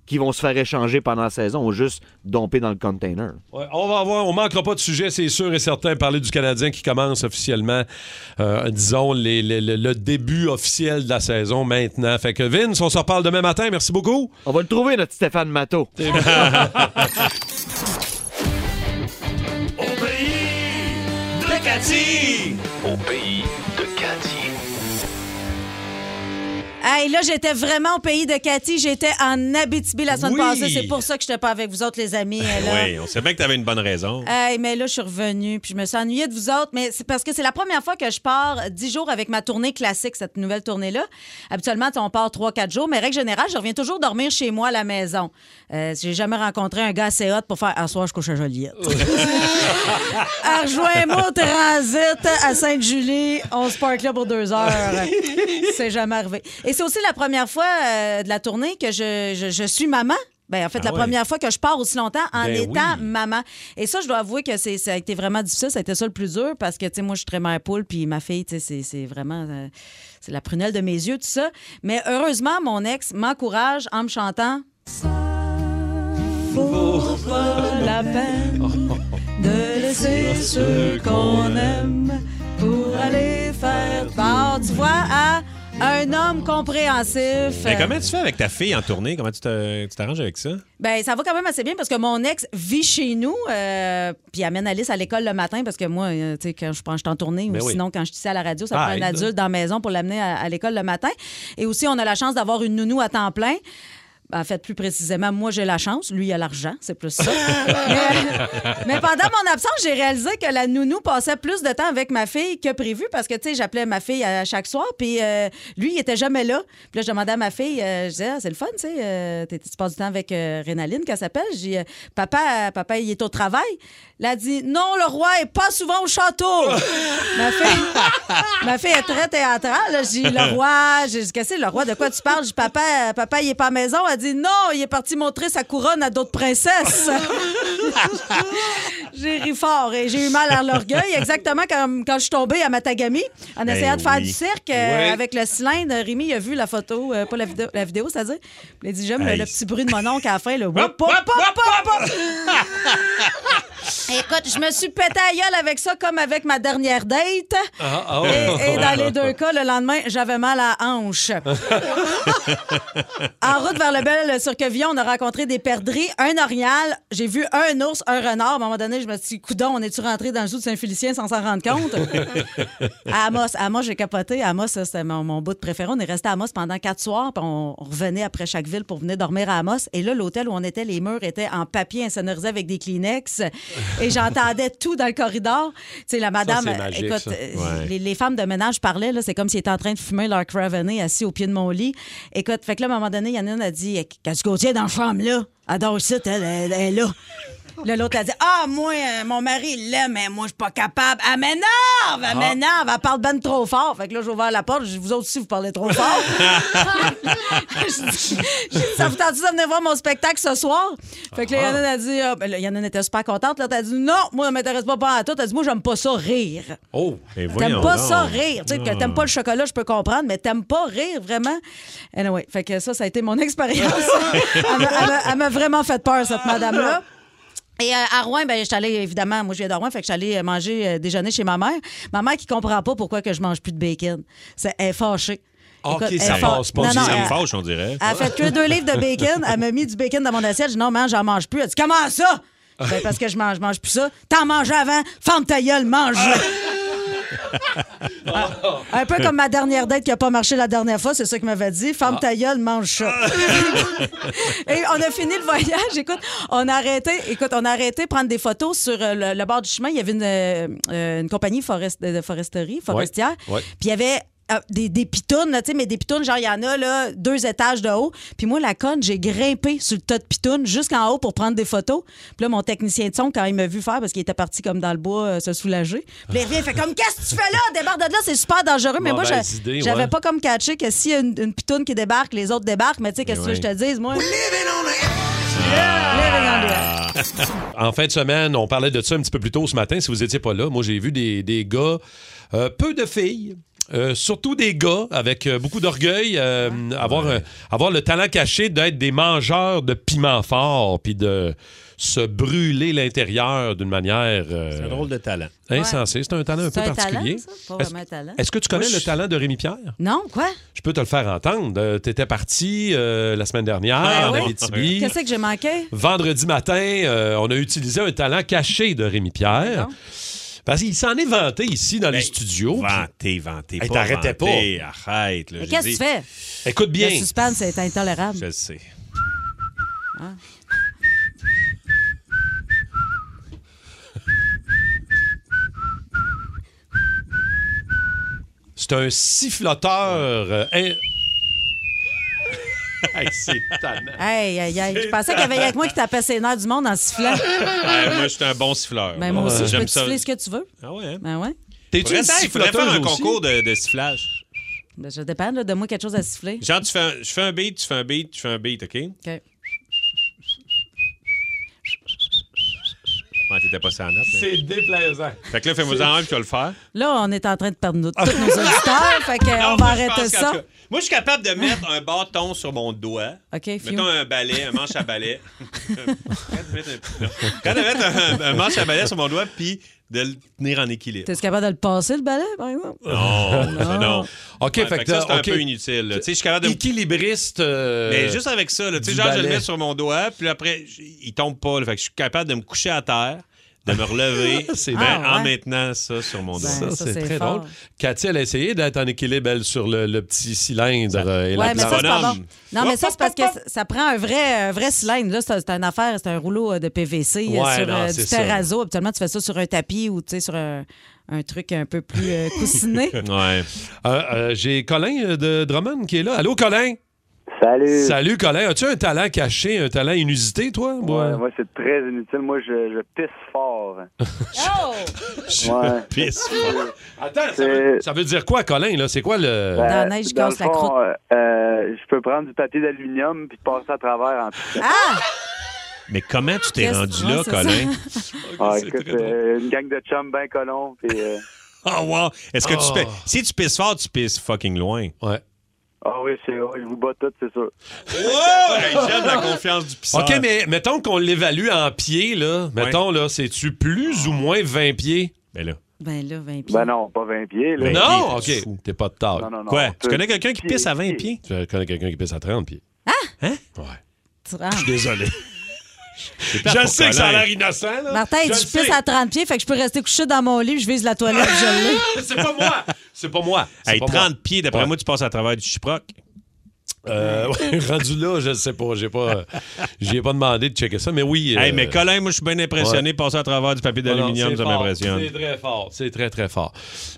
Speaker 10: qui vont se faire échanger pendant la saison ou juste domper dans le container.
Speaker 3: Ouais, on va avoir, on manquera pas de sujet, c'est sûr et certain, parler du Canadien qui commence officiellement, euh, disons, les- les- le- le début officiel de la saison maintenant. Fait que Vince, on s'en reparle demain matin, merci beaucoup.
Speaker 10: On va le trouver, notre Stéphane Matteau.
Speaker 9: Au pays de Cathy.
Speaker 4: Hey, là, j'étais vraiment au pays de Cathy. J'étais en Abitibi la semaine
Speaker 5: Oui. Ben
Speaker 4: passée. C'est pour ça que je n'étais pas avec vous autres, les amis. là.
Speaker 5: Oui, on sait bien que t'avais une bonne raison.
Speaker 4: Hey, mais là, je suis revenue, puis je me suis ennuyée de vous autres, mais c'est parce que c'est la première fois que je pars 10 jours avec ma tournée classique, cette nouvelle tournée-là. Habituellement, tu sais, on part 3-4 jours, mais règle générale, je reviens toujours dormir chez moi à la maison. Euh, j'ai jamais rencontré un gars assez hot pour faire « À soir, je couche à Joliette ». Ah, Rejoins-moi au transit à Sainte-Julie. On se parque là pour deux heures. C'est jamais arrivé. Et c'est aussi la première fois euh, de la tournée que je, je- je suis maman. Ben, en fait, la
Speaker 5: Ah ouais.
Speaker 4: première fois que je pars aussi longtemps en
Speaker 5: Ben
Speaker 4: étant
Speaker 5: oui.
Speaker 4: maman. Et ça, je dois avouer que c'est, ça a été vraiment difficile. Ça a été ça le plus dur parce que, tu sais, moi, je suis très mère poule, puis ma fille, tu sais, c'est, c'est vraiment euh, c'est la prunelle de mes yeux, tout ça. Mais heureusement, mon ex m'encourage en me chantant. Pour pas la peine de laisser ceux qu'on aime pour aller faire part, tu vois, à un homme compréhensif.
Speaker 5: Mais comment tu fais avec ta fille en tournée? Comment tu te- tu t'arranges avec ça?
Speaker 4: Ben, ça va quand même assez bien parce que mon ex vit chez nous, euh, puis amène Alice à l'école le matin parce que moi, euh, tu sais, quand je pense je suis en tournée ou
Speaker 3: Ben oui.
Speaker 4: sinon quand je suis ici à la radio, ça
Speaker 5: Ah,
Speaker 4: prend un
Speaker 5: aide.
Speaker 4: adulte dans la maison pour l'amener à, à l'école le matin. Et aussi, on a la chance d'avoir une nounou à temps plein. Ben, En fait, plus précisément, moi, j'ai la chance. Lui, il a l'argent. C'est plus ça. mais, mais pendant mon absence, j'ai réalisé que la nounou passait plus de temps avec ma fille que prévu parce que, tu sais, j'appelais ma fille à chaque soir. Puis euh, lui, il était jamais là. Puis là, je demandais à ma fille, euh, je disais, Ah, c'est le fun, tu sais. euh, t'es- tu passes du temps avec euh, Rénaline, qu'elle s'appelle. J'ai dit, papa, euh, papa, il est au travail. Là, elle dit, non, le roi est pas souvent au château. ma fille, ma fille est très théâtrale. là. J'ai dit, le roi, j'ai dit, qu'est-ce que c'est, le roi, de quoi tu parles? J'ai dit, papa, euh, papa, il est pas à la maison. Elle dit, non, il est parti montrer sa couronne à d'autres princesses. j'ai ri fort et j'ai eu mal à l'orgueil, exactement comme quand je suis tombée à Matagami en
Speaker 5: Ben
Speaker 4: essayant de faire
Speaker 5: oui.
Speaker 4: du cirque euh,
Speaker 3: Ouais.
Speaker 4: avec le cylindre. Rémi il a vu la photo, euh, pas la vidéo, la vidéo c'est-à-dire. Il a dit, j'aime le-
Speaker 5: Hey.
Speaker 4: le petit bruit de mon oncle à la fin, le whoop,
Speaker 5: Hop,
Speaker 4: hop,
Speaker 5: hop,
Speaker 4: hop,
Speaker 5: hop,
Speaker 4: hop, hop. Écoute, je me suis pété à gueule avec ça comme avec ma dernière date.
Speaker 3: Ah, ah, oh.
Speaker 4: Et, et dans les deux cas, le lendemain, j'avais mal à la hanche.
Speaker 5: Ah.
Speaker 4: en route vers le bel Cirquevillon, on a rencontré des perdrix, un orignal. J'ai vu un ours, un renard. À un moment donné, je me suis dit, coudon, on est-tu rentré dans le zoo de Saint-Félicien sans s'en rendre compte? à Amos, à Amos, j'ai capoté. À Amos, ça, c'était mon, mon bout de préféré. On est resté à Amos pendant quatre soirs, puis on, on revenait après chaque ville pour venir dormir à Amos. Et là, l'hôtel où on était, les murs étaient en papier insonorisé avec des Kleenex. Et j'entendais tout dans le corridor. Tu sais, la madame,
Speaker 3: c'est magique,
Speaker 4: écoute,
Speaker 3: ça.
Speaker 4: euh,
Speaker 5: Ouais.
Speaker 4: les, les femmes de ménage parlaient, là, c'est comme s'ils étaient en train de fumer leur cravené assis au pied de mon lit. Écoute, fait que là, à un moment donné, il y en a une a dit Quand tu Gauthier est dans la chambre, là, elle dort ici, elle, elle- elle est là. Là, l'autre, elle dit Ah, moi, euh, mon mari, il l'aime, mais moi, je suis pas capable. Elle m'énerve, elle m'énerve, elle parle ben trop fort. Fait que là, j'ai ouvert la porte, je dis, Vous autres aussi, vous parlez trop fort. je dis, je dis, Ça vous tente de venir voir mon spectacle ce soir? Fait que là, Yannon a dit Ah, ben là, Yannon était super contente. Là, t'as dit Non, moi, ça m'intéresse pas pas à tout. Elle dit Moi, j'aime pas ça rire.
Speaker 3: Oh!
Speaker 5: Et voyons
Speaker 4: T'aimes pas
Speaker 5: donc.
Speaker 4: ça rire. Tu sais, que t'aimes pas le chocolat, je peux comprendre, mais t'aimes pas rire vraiment. Anyway, fait que ça, ça a été mon expérience. Elle m'a- elle m'a- elle m'a vraiment fait peur, cette madame-là. Et euh, à Rouen, ben, je suis allée, évidemment, moi je viens de Rouen, fait que je suis allée euh, manger, euh, déjeuner chez ma mère. Ma mère qui comprend pas pourquoi que je mange plus de bacon. C'est, elle est fâchée. Écoute, elle
Speaker 3: ça
Speaker 4: est
Speaker 3: passe
Speaker 4: fa-
Speaker 3: pas.
Speaker 4: euh, Non, non,
Speaker 5: ça me
Speaker 4: elle-
Speaker 5: fâche, on dirait.
Speaker 4: elle a fait que deux livres de bacon. Elle m'a mis du bacon dans mon assiette. J'ai dit non, man, j'en mange plus. Elle dit comment ça? Ben, parce que je mange, je mange plus ça. T'en mangeais avant, ferme ta gueule, mange Ah. Un peu comme ma dernière date qui a pas marché la dernière fois, c'est ça qu'il m'avait dit. Ferme ta gueule, mange ça. Et on a fini le voyage. Écoute, on a arrêté, écoute, on a arrêté prendre des photos sur euh, le, le bord du chemin. Il y avait une, euh, une compagnie forest- de foresterie, forestière.
Speaker 3: Ouais, ouais.
Speaker 4: Puis il y avait euh, des, des pitounes, là, tu sais, mais des pitounes, genre, il y en a là, deux étages de haut. Puis moi, la conne, j'ai grimpé sur le tas de pitounes jusqu'en haut pour prendre des photos. Puis là, mon technicien de son, quand il m'a vu faire, parce qu'il était parti comme dans le bois euh, se soulager, puis là, il revient, il fait comme Qu'est-ce que tu fais là Débarque de là, c'est super dangereux. Mais moi,
Speaker 3: Mauvaise
Speaker 4: j'a-
Speaker 3: idée, ouais.
Speaker 4: j'avais pas comme catché que s'il y a une, une pitoune qui débarque, les autres débarquent. Mais tu sais, qu'est-ce que tu veux que je te dise, moi Living on the edge.
Speaker 3: En fin de semaine, on parlait de ça un petit peu plus tôt ce matin, si vous n'étiez pas là. Moi, j'ai vu des, des gars, euh, peu de filles, euh, surtout des gars avec euh, beaucoup d'orgueil, euh,
Speaker 5: Ah,
Speaker 3: avoir, euh, avoir le talent caché d'être des mangeurs de piment fort, puis de se brûler l'intérieur d'une manière euh,
Speaker 5: C'est un drôle de talent.
Speaker 3: insensée. C'est un talent un peu
Speaker 4: C'est un
Speaker 3: particulier.
Speaker 4: talent, ça? Pas
Speaker 3: Est-ce-
Speaker 4: vraiment un talent.
Speaker 3: Est-ce que tu connais le talent de Rémi Pierre?
Speaker 4: Non, quoi
Speaker 3: Je peux te le faire entendre. tu étais parti euh, la semaine dernière
Speaker 4: Ah
Speaker 3: en
Speaker 4: ouais?
Speaker 3: Abitibi.
Speaker 4: Qu'est-ce que j'ai manqué
Speaker 3: Vendredi matin, euh, on a utilisé un talent caché de Rémi Pierre.
Speaker 4: Non.
Speaker 3: Parce qu'il s'en est vanté ici dans les
Speaker 5: Ben,
Speaker 3: studios.
Speaker 5: Vanté, vanté.
Speaker 3: Hey,
Speaker 5: pas
Speaker 3: t'arrêtais
Speaker 5: vanté, Arrête. là,
Speaker 4: Mais
Speaker 5: j'ai
Speaker 4: qu'est-ce que
Speaker 5: dit-
Speaker 4: tu fais
Speaker 3: Puis- Écoute bien.
Speaker 4: Le suspense, c'est intolérable.
Speaker 5: Je le sais.
Speaker 3: C'est un siffloteur. euh, in- Hey, c'est tannant.
Speaker 4: Hey, aïe, aïe. Je pensais qu'il y avait rien que moi qui tapais ses nerfs du monde en sifflant.
Speaker 5: Ouais, euh, moi, je suis un bon siffleur.
Speaker 4: Mais Ben, moi aussi, je peux
Speaker 5: J'aime
Speaker 4: te
Speaker 5: ça.
Speaker 4: siffler ce que tu veux.
Speaker 5: Ah ouais, hein?
Speaker 4: Ben ouais.
Speaker 3: T'es-tu une
Speaker 5: Faudrait- hey, faudrait faire
Speaker 3: siffloteuse
Speaker 5: un
Speaker 3: aussi?
Speaker 5: concours de, de sifflage.
Speaker 4: Ben, ça dépend, là, de moi, quelque chose à siffler.
Speaker 5: Genre, tu fais un- je fais un beat, tu fais un beat, tu fais un beat, OK? Ouais,
Speaker 4: OK.
Speaker 5: t'étais pas sans note. mais-
Speaker 3: C'est déplaisant.
Speaker 5: Fait que là, fais-moi en un, puis je vais le faire.
Speaker 4: Là, on est en train de perdre nos- tous nos auditeurs, fait que Eh, on
Speaker 5: Non,
Speaker 4: va
Speaker 5: moi, je
Speaker 4: arrêter
Speaker 5: pense qu'en
Speaker 4: ça.
Speaker 5: tout cas, Moi, je suis capable de mettre un bâton sur mon doigt.
Speaker 4: OK, fiu.
Speaker 5: Mettons un balai, un manche à balai. Quand de mettre un- non. Quand de mettre un, un manche à balai sur mon doigt, puis de le tenir en équilibre.
Speaker 4: T'es-tu capable de le passer, le balai, Ben, par exemple?
Speaker 3: Oh,
Speaker 5: Non, ça, non.
Speaker 4: Non.
Speaker 3: OK,
Speaker 5: Ouais,
Speaker 3: fait que
Speaker 5: ça, c'est
Speaker 3: t'as-
Speaker 5: un
Speaker 3: OK.
Speaker 5: peu inutile. là. Tu sais, je suis capable de...
Speaker 3: Équilibriste. euh,
Speaker 5: Mais juste avec ça, là, tu sais,
Speaker 3: du
Speaker 5: genre, je le
Speaker 3: balai.
Speaker 5: mets sur mon doigt, puis après, j- il tombe pas. là. Fait que je suis capable de me coucher à terre, de me relever,
Speaker 3: C'est
Speaker 5: ben,
Speaker 4: bon. Ah, ouais.
Speaker 5: en maintenant ça sur mon doigt.
Speaker 3: Ça,
Speaker 4: Ben, ça,
Speaker 3: c'est
Speaker 4: c'est
Speaker 3: très
Speaker 4: fort.
Speaker 3: drôle. Cathy, elle a essayé d'être en équilibre, elle, sur le, le petit cylindre euh, et la
Speaker 4: Ouais, mais ça,
Speaker 3: planche.
Speaker 4: c'est pas bon.
Speaker 5: Bonhomme.
Speaker 4: Non, mais ça,
Speaker 5: Hop,
Speaker 4: c'est parce
Speaker 5: hop,
Speaker 4: que
Speaker 5: hop,
Speaker 4: ça- ça prend un vrai, un vrai cylindre. Là, c'est c'est une affaire, c'est un rouleau euh, de PVC euh,
Speaker 3: Ouais,
Speaker 4: sur
Speaker 3: non,
Speaker 4: euh,
Speaker 3: c'est
Speaker 4: du
Speaker 3: ça.
Speaker 4: terrazzo. Habituellement, tu fais ça sur un tapis ou tu sais, sur un, un truc un peu plus euh, coussiné.
Speaker 5: Ouais.
Speaker 3: Euh, euh, J'ai Colin euh, de Drummond qui est là. Allô, Colin?
Speaker 2: Salut.
Speaker 3: Salut, Colin. As-tu un talent caché, un talent inusité, toi? Moi-
Speaker 2: Ouais, moi, c'est très inutile. Moi, je, je pisse fort.
Speaker 4: oh!
Speaker 2: Ouais.
Speaker 5: Pisse.
Speaker 3: Attends, ça
Speaker 2: C'est-
Speaker 3: veut, ça veut dire quoi, Colin? là? C'est quoi le.
Speaker 2: Euh,
Speaker 4: Dans la neige, je
Speaker 2: dans
Speaker 4: casse
Speaker 2: le
Speaker 4: la
Speaker 2: fond,
Speaker 4: croûte.
Speaker 2: euh, euh, je peux prendre du papier d'aluminium puis passer à travers en pissant.
Speaker 4: Ah!
Speaker 5: Mais comment tu t'es
Speaker 4: Qu'est-ce-
Speaker 5: rendu
Speaker 4: ouais,
Speaker 5: là,
Speaker 4: c'est ça.
Speaker 5: Colin?
Speaker 2: Ah,
Speaker 3: c'est
Speaker 2: écoute,
Speaker 3: très drôle.
Speaker 2: euh, une gang de chums ben colons. Puis, euh,
Speaker 5: Ah, wow! Est-ce que
Speaker 3: Ah.
Speaker 5: tu pisses... Si tu pisses fort, tu pisses fucking loin.
Speaker 3: Ouais.
Speaker 2: Ah oui, c'est, ouais, je vous bats tous, c'est sûr.
Speaker 5: Wow! J'aime la confiance du pisseur.
Speaker 3: OK, mais mettons qu'on l'évalue en pieds, là. Mettons, là, c'est-tu plus ou moins 20 pieds?
Speaker 5: Ben là,
Speaker 4: Ben là, 20 pieds.
Speaker 2: Ben non, pas 20 pieds. Là.
Speaker 5: Ben,
Speaker 3: non?
Speaker 5: pieds, t'es
Speaker 3: OK.
Speaker 5: fou.
Speaker 3: T'es pas de taille.
Speaker 2: Non, non, non.
Speaker 5: quoi?
Speaker 2: on
Speaker 5: Tu
Speaker 2: peut-
Speaker 5: connais quelqu'un qui
Speaker 2: pieds,
Speaker 5: pisse à 20
Speaker 2: pieds.
Speaker 5: pieds?
Speaker 3: Ah. Je connais quelqu'un qui pisse à 30 pieds.
Speaker 5: Hein?
Speaker 3: Ouais.
Speaker 4: Tu rends.
Speaker 5: Désolé.
Speaker 3: Je sais que ça a l'air innocent, là.
Speaker 4: Martin,
Speaker 3: Je
Speaker 4: il
Speaker 3: le
Speaker 4: dit, je pisse
Speaker 3: sais.
Speaker 4: à 30 pieds, fait que je peux rester couché dans mon lit, je vise la toilette, je l'ai.
Speaker 3: C'est pas moi! C'est pas moi! C'est
Speaker 5: Hey,
Speaker 3: pas moi.
Speaker 5: 30 pieds, d'après
Speaker 3: Ouais.
Speaker 5: moi, tu passes à travers du chiproc.
Speaker 3: Euh, ouais, rendu là, je ne sais pas. J'ai pas, j'y ai pas demandé de checker ça, mais oui.
Speaker 5: Hey,
Speaker 3: euh,
Speaker 5: mais Colin, moi, je suis bien impressionné.
Speaker 3: ouais.
Speaker 5: Passer à travers du papier
Speaker 3: Non, non,
Speaker 5: d'aluminium,
Speaker 3: c'est
Speaker 5: ça
Speaker 3: fort,
Speaker 5: m'impressionne.
Speaker 3: C'est très fort. C'est très, très fort.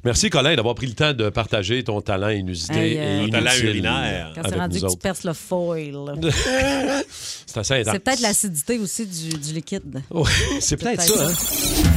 Speaker 3: Merci, Colin, d'avoir pris le temps de partager ton talent inusité
Speaker 4: Aïe,
Speaker 3: et
Speaker 4: euh,
Speaker 3: inutile
Speaker 5: Ton talent urinaire.
Speaker 4: Quand c'est
Speaker 3: avec
Speaker 4: rendu
Speaker 3: nous
Speaker 4: que tu
Speaker 3: autres.
Speaker 4: perces le foil.
Speaker 3: C'est assez intense.
Speaker 4: C'est peut-être l'acidité aussi du, du liquide.
Speaker 3: Ouais, c'est peut-être
Speaker 4: peut-être.
Speaker 3: ça, hein?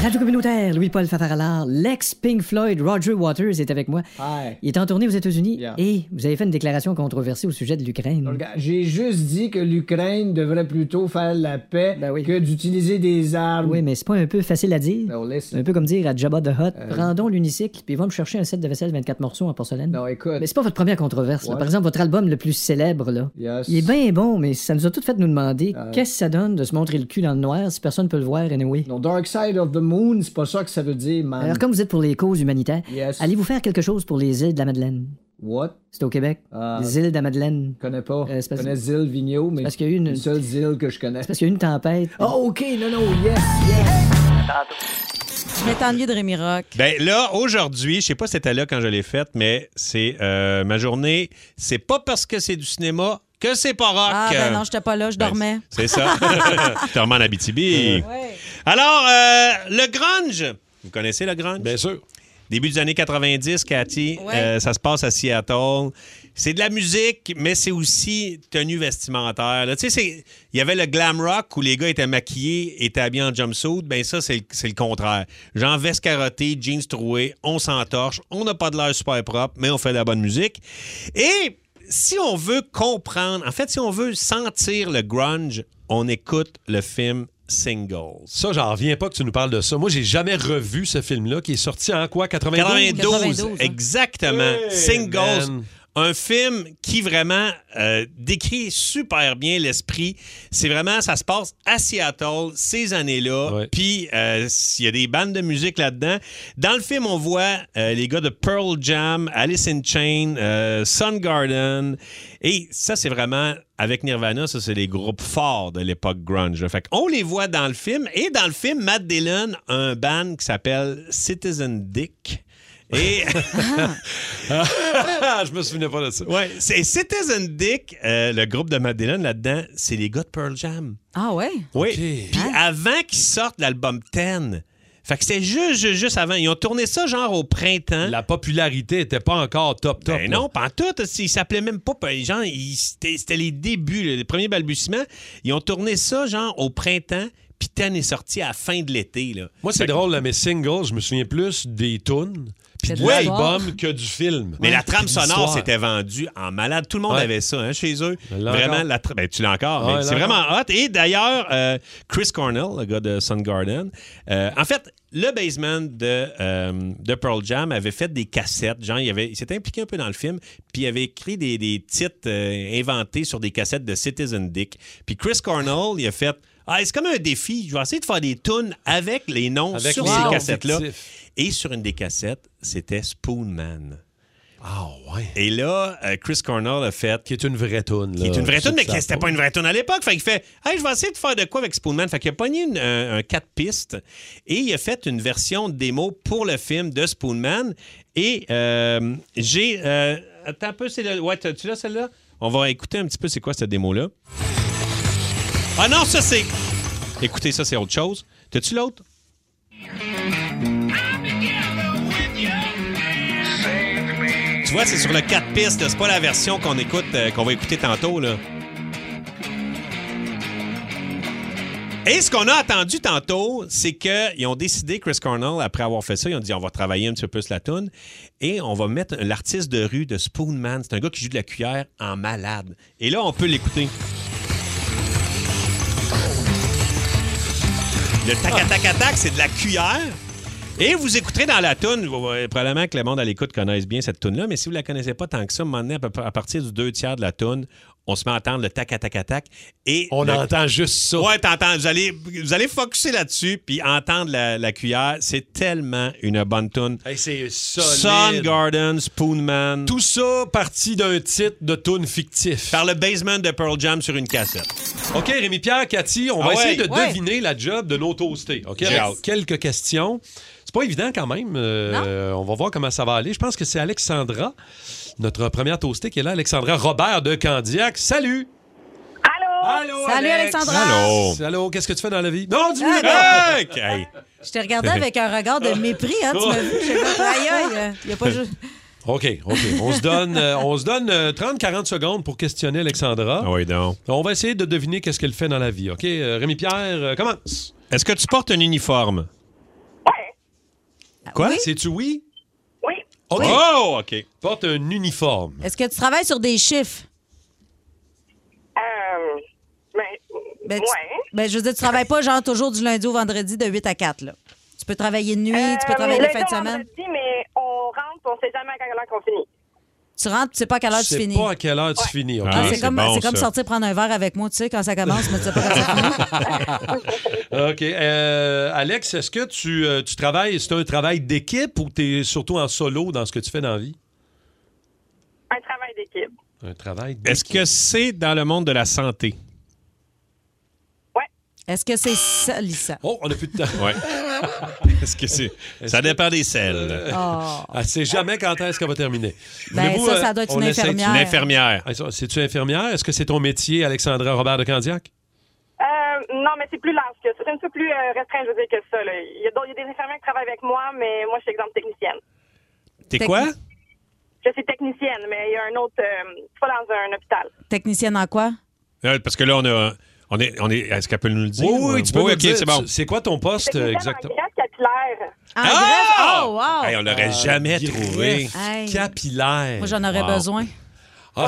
Speaker 7: Radio communautaire, Louis-Paul Fafaralard, l'ex Pink Floyd Roger Waters est avec moi. Il est en tournée aux États-Unis et vous avez fait une déclaration controversée au sujet de l'Ukraine.
Speaker 8: Regarde, J'ai juste dit que l'Ukraine devrait plutôt faire la paix que d'utiliser des armes.
Speaker 7: Ben Oui, mais c'est pas un peu facile à dire. C'est un peu comme dire à Jabba the Hutt,
Speaker 8: Euh.
Speaker 7: rendons l'unicycle puis va me chercher un set de vaisselle 24 morceaux en porcelaine. Non, écoute. Mais c'est pas votre première controverse. là.
Speaker 8: Ouais.
Speaker 7: Par exemple, votre album le plus célèbre, là.
Speaker 8: Yes.
Speaker 7: Il est bien bon, mais ça nous a tout fait nous demander
Speaker 8: Euh.
Speaker 7: qu'est-ce que ça donne de se montrer le cul dans le noir si personne peut le voir anyway.
Speaker 8: Non, Dark Side of the Moon, c'est pas ça que ça veut dire, man.
Speaker 7: Alors, comme vous êtes pour les causes humanitaires,
Speaker 8: Yes.
Speaker 7: allez-vous faire quelque chose pour les îles de la Madeleine?
Speaker 8: What?
Speaker 7: C'est au Québec.
Speaker 8: Ah.
Speaker 7: Les îles de la Madeleine.
Speaker 8: Je connais pas.
Speaker 7: Euh, c'est
Speaker 8: je
Speaker 7: parce-
Speaker 8: connais Zil Vigneault, mais
Speaker 7: parce qu'il y a eu une-
Speaker 8: c'est le seul Zil que je connais.
Speaker 7: Parce qu'il y a eu une tempête.
Speaker 8: Oh, OK, non, non, yes, yes.
Speaker 4: Je vais t'ennuyer de Rémi Rock.
Speaker 5: Ben là, aujourd'hui, je sais pas si c'était là quand je l'ai faite, mais c'est euh, ma journée. C'est pas parce que c'est du cinéma que c'est pas rock.
Speaker 4: Ah,
Speaker 3: euh,
Speaker 4: ben non, j'étais pas là, je dormais.
Speaker 5: C'est ça. T'es vraiment en Abitibi.
Speaker 4: Ouais.
Speaker 5: Alors, euh, le grunge. Vous connaissez le grunge? Bien
Speaker 3: sûr.
Speaker 5: Début des années 90, Cathy,
Speaker 4: Ouais.
Speaker 5: euh, ça se passe à Seattle. C'est de la musique, mais c'est aussi tenue vestimentaire. là. Tu sais, c'est- il y avait le glam rock où les gars étaient maquillés, étaient habillés en jumpsuit. Ben ça, c'est le- c'est le contraire. Genre veste carottée, jeans troués, on s'entorche, on n'a pas de l'air super propre, mais on fait de la bonne musique. Et si on veut comprendre, en fait, si on veut sentir le grunge, on écoute le film Singles.
Speaker 3: Ça, j'en reviens pas que tu nous parles de ça. Moi, j'ai jamais revu ce film-là qui est sorti en quoi 92
Speaker 5: 92, exactement.
Speaker 3: Hey,
Speaker 5: Singles.
Speaker 3: man.
Speaker 5: Un film qui vraiment euh, décrit super bien l'esprit. C'est vraiment, ça se passe à Seattle, ces années-là. Puis, euh, il y a des bandes de musique là-dedans. Dans le film, on voit euh, les gars de Pearl Jam, Alice in Chain, euh, Sun Garden. Et ça, c'est vraiment, avec Nirvana, ça, c'est les groupes forts de l'époque grunge. là. Fait on les voit dans le film. Et dans le film, Matt Dillon a un band qui s'appelle Citizen Dick. Et.
Speaker 3: Ah, je me souvenais pas de ça.
Speaker 5: Ouais, c'est Citizen Dick, euh, le groupe de Matt Dillon là-dedans, c'est les gars de Pearl Jam.
Speaker 4: Ah ouais?
Speaker 5: Oui. Puis
Speaker 3: Hein?
Speaker 5: avant qu'ils sortent l'album 10, fait que c'était juste, juste, juste avant. Ils ont tourné ça genre au printemps.
Speaker 3: La popularité était pas encore top top.
Speaker 5: Ben
Speaker 3: là.
Speaker 5: non, pas en tout. Ils s'appelaient même pas. ben, Genre, ils- c'était c'était les débuts, là, les premiers balbutiements. Ils ont tourné ça genre au printemps, puis 10 est sorti à la fin de l'été. là.
Speaker 3: Moi, c'est
Speaker 5: Fait que-
Speaker 3: drôle, là, mes singles, je me souviens plus des tunes puis
Speaker 5: Que
Speaker 3: de
Speaker 5: de la
Speaker 3: l'album
Speaker 5: voir.
Speaker 3: que du film.
Speaker 5: Mais la
Speaker 3: Puis
Speaker 5: trame
Speaker 3: de
Speaker 5: sonore
Speaker 3: l'histoire.
Speaker 5: c'était vendu en malade. Tout le monde
Speaker 3: Ouais.
Speaker 5: avait ça hein, chez eux.
Speaker 3: l'ai
Speaker 5: Vraiment,
Speaker 3: encore.
Speaker 5: la tra- ben, tu l'as encore. mais
Speaker 3: Ouais, je
Speaker 5: c'est
Speaker 3: l'ai
Speaker 5: vraiment hot. Et d'ailleurs, euh, Chris Cornell, le gars de Sun Garden, euh, en fait, le baseman de, euh, de Pearl Jam avait fait des cassettes. Genre, il, avait- il s'était impliqué un peu dans le film, puis il avait écrit des, des titres euh, inventés sur des cassettes de Citizen Dick. Puis Chris Cornell, il a fait. Ah, c'est comme un défi. Je vais essayer de faire des tunes avec les noms
Speaker 3: Avec
Speaker 5: sur
Speaker 3: les
Speaker 5: ces
Speaker 3: noms
Speaker 5: cassettes-là.
Speaker 3: fictifs.
Speaker 5: Et sur une des cassettes, c'était Spoonman. Ah ouais. Et là, euh, Chris Cornell a fait.
Speaker 3: Qui est une vraie tune.
Speaker 5: Qui est une vraie
Speaker 3: tune,
Speaker 5: tune, mais qui c'était pas une vraie tune à l'époque. Fait qu'il fait Hey, je vais essayer de faire de quoi avec Spoonman. Fait qu'il a pogné une- un, un 4 pistes et il a fait une version démo pour le film de Spoonman. Et euh, j'ai. euh, attends un peu, c'est le. Ouais, tu l'as celle-là? On va écouter un petit peu c'est quoi cette démo-là. Ah non, ça c'est. Écoutez, ça c'est autre chose. T'as-tu l'autre? Tu vois, c'est sur le 4 pistes, là. c'est pas la version qu'on écoute, euh, qu'on va écouter tantôt. Là. Et ce qu'on a attendu tantôt, c'est qu'ils ont décidé, Chris Cornell, après avoir fait ça, ils ont dit on va travailler un petit peu plus la toune et on va mettre l'artiste de rue de Spoonman. C'est un gars qui joue de la cuillère en malade. Et là, on peut l'écouter. Le tac-tac-tac, c'est de la cuillère. Et vous écouterez dans la toune, vous- euh, probablement que le monde à l'écoute connaisse bien cette toune-là, mais si vous la connaissez pas tant que ça, à un moment donné, à peu- à partir du deux tiers de la toune, on se met à entendre le tac, tac, tac, tac. Et
Speaker 3: On
Speaker 5: le-
Speaker 3: entend juste ça.
Speaker 5: Ouais, t'entends. Vous allez, vous allez focusser là-dessus, puis entendre la, la cuillère. C'est tellement une bonne tune.
Speaker 3: Hey, c'est solide.
Speaker 5: Sun Garden, Spoonman.
Speaker 3: Tout ça parti d'un titre de tune fictif.
Speaker 5: Par le basement de Pearl Jam sur une cassette.
Speaker 3: OK, Rémi Pierre, Cathy, on
Speaker 5: Ah
Speaker 3: va
Speaker 5: ouais.
Speaker 3: essayer de
Speaker 5: Ouais.
Speaker 3: deviner la job de nos toastés. OK,
Speaker 5: J'ai
Speaker 3: avec
Speaker 5: hâte.
Speaker 3: quelques questions. C'est pas évident quand même. Euh, on va voir comment ça va aller. Je pense que c'est Alexandra, notre première toastée qui est là, Alexandra Robert de Candiac. Salut! Allô!
Speaker 4: Salut,
Speaker 3: Alex.
Speaker 4: Alexandra.
Speaker 5: Allô.
Speaker 3: Allô, qu'est-ce que tu fais dans la vie? Non, dis-moi!
Speaker 4: Ah,
Speaker 5: Hey, hey.
Speaker 4: Je t'ai regardé avec un regard de mépris, hein, tu m'as vu. J'ai fait, aïe, aïe, euh, y a pas juste.
Speaker 3: OK, OK. On se donne, euh, on se donne 30-40 secondes pour questionner Alexandra.
Speaker 5: Ah oui, donc.
Speaker 3: On va essayer de deviner qu'est-ce qu'elle fait dans la vie. OK, Euh, Rémi-Pierre, euh, commence.
Speaker 5: Est-ce que tu portes un uniforme? Ah, Quoi?
Speaker 3: C'est-tu oui?
Speaker 11: Oui.
Speaker 3: OK.
Speaker 4: Oui.
Speaker 5: Oh, OK.
Speaker 3: Porte un uniforme.
Speaker 4: Est-ce que tu travailles sur des chiffres?
Speaker 11: Euh, mais,
Speaker 4: Ben, tu-
Speaker 11: ouais.
Speaker 4: ben, je veux dire, tu travailles pas genre toujours du lundi au vendredi de 8 à 4, là. Tu peux travailler de nuit, tu peux
Speaker 11: Euh,
Speaker 4: travailler les
Speaker 11: lundi
Speaker 4: fins de
Speaker 11: au
Speaker 4: semaine.
Speaker 11: vendredi, mais on rentre, on sait jamais à quelle heure qu'on finit.
Speaker 4: Tu rentres, tu sais pas à quelle heure
Speaker 3: Je
Speaker 4: Ah, tu
Speaker 3: sais
Speaker 4: finis.
Speaker 3: pas à quelle heure tu finis. OK?
Speaker 4: Ah, c'est comme, c'est comme sortir prendre un verre avec moi, tu sais, quand ça commence, mais tu sais pas quand ça
Speaker 3: OK. Euh, Alex, est-ce que tu, euh, tu travailles, c'est un travail d'équipe ou tu es surtout en solo dans ce que tu fais dans la vie?
Speaker 11: Un travail d'équipe.
Speaker 3: Un travail
Speaker 5: Est-ce que c'est dans le monde de la santé?
Speaker 4: Est-ce que c'est ça, Lisa?
Speaker 3: Oh, on n'a plus de temps.
Speaker 5: Ouais. Est-ce que Euh, c'est. Ça dépend des selles.
Speaker 4: Oh.
Speaker 3: Elle sait Ah, jamais quand est-ce qu'elle va terminer.
Speaker 4: Ben,
Speaker 3: Voulez-vous,
Speaker 4: ça, ça doit être
Speaker 3: on
Speaker 4: une
Speaker 3: essaie-
Speaker 4: infirmière. Une
Speaker 5: infirmière.
Speaker 3: Ah, ça, C'est-tu infirmière? Est-ce que c'est ton métier, Alexandra Robert de Candiac?
Speaker 11: Euh, non, mais c'est plus large que ça. C'est un peu plus euh, restreint, je veux dire, que ça. là. Il, y a, d'autres- il y a des infirmières qui travaillent avec moi, mais moi, je suis exemple technicienne.
Speaker 5: T'es quoi?
Speaker 11: Je suis technicienne, mais il y a un autre. euh, c'est pas dans un hôpital.
Speaker 4: Technicienne en quoi?
Speaker 5: Euh, Parce que là, on a. On est, on est, Est-ce qu'elle peut nous le dire?
Speaker 3: Oui, oui, tu peux
Speaker 5: OK,
Speaker 3: nous dire.
Speaker 5: c'est euh, bon.
Speaker 3: C'est quoi ton poste euh, exactement?
Speaker 11: Greffe capillaire.
Speaker 4: En
Speaker 5: Ah!
Speaker 4: greffe? Oh, wow!
Speaker 5: Hey, on l'aurait jamais trouvé.
Speaker 4: Hey.
Speaker 3: Capillaire.
Speaker 4: Moi, j'en aurais
Speaker 5: Wow.
Speaker 4: besoin.
Speaker 3: Ah.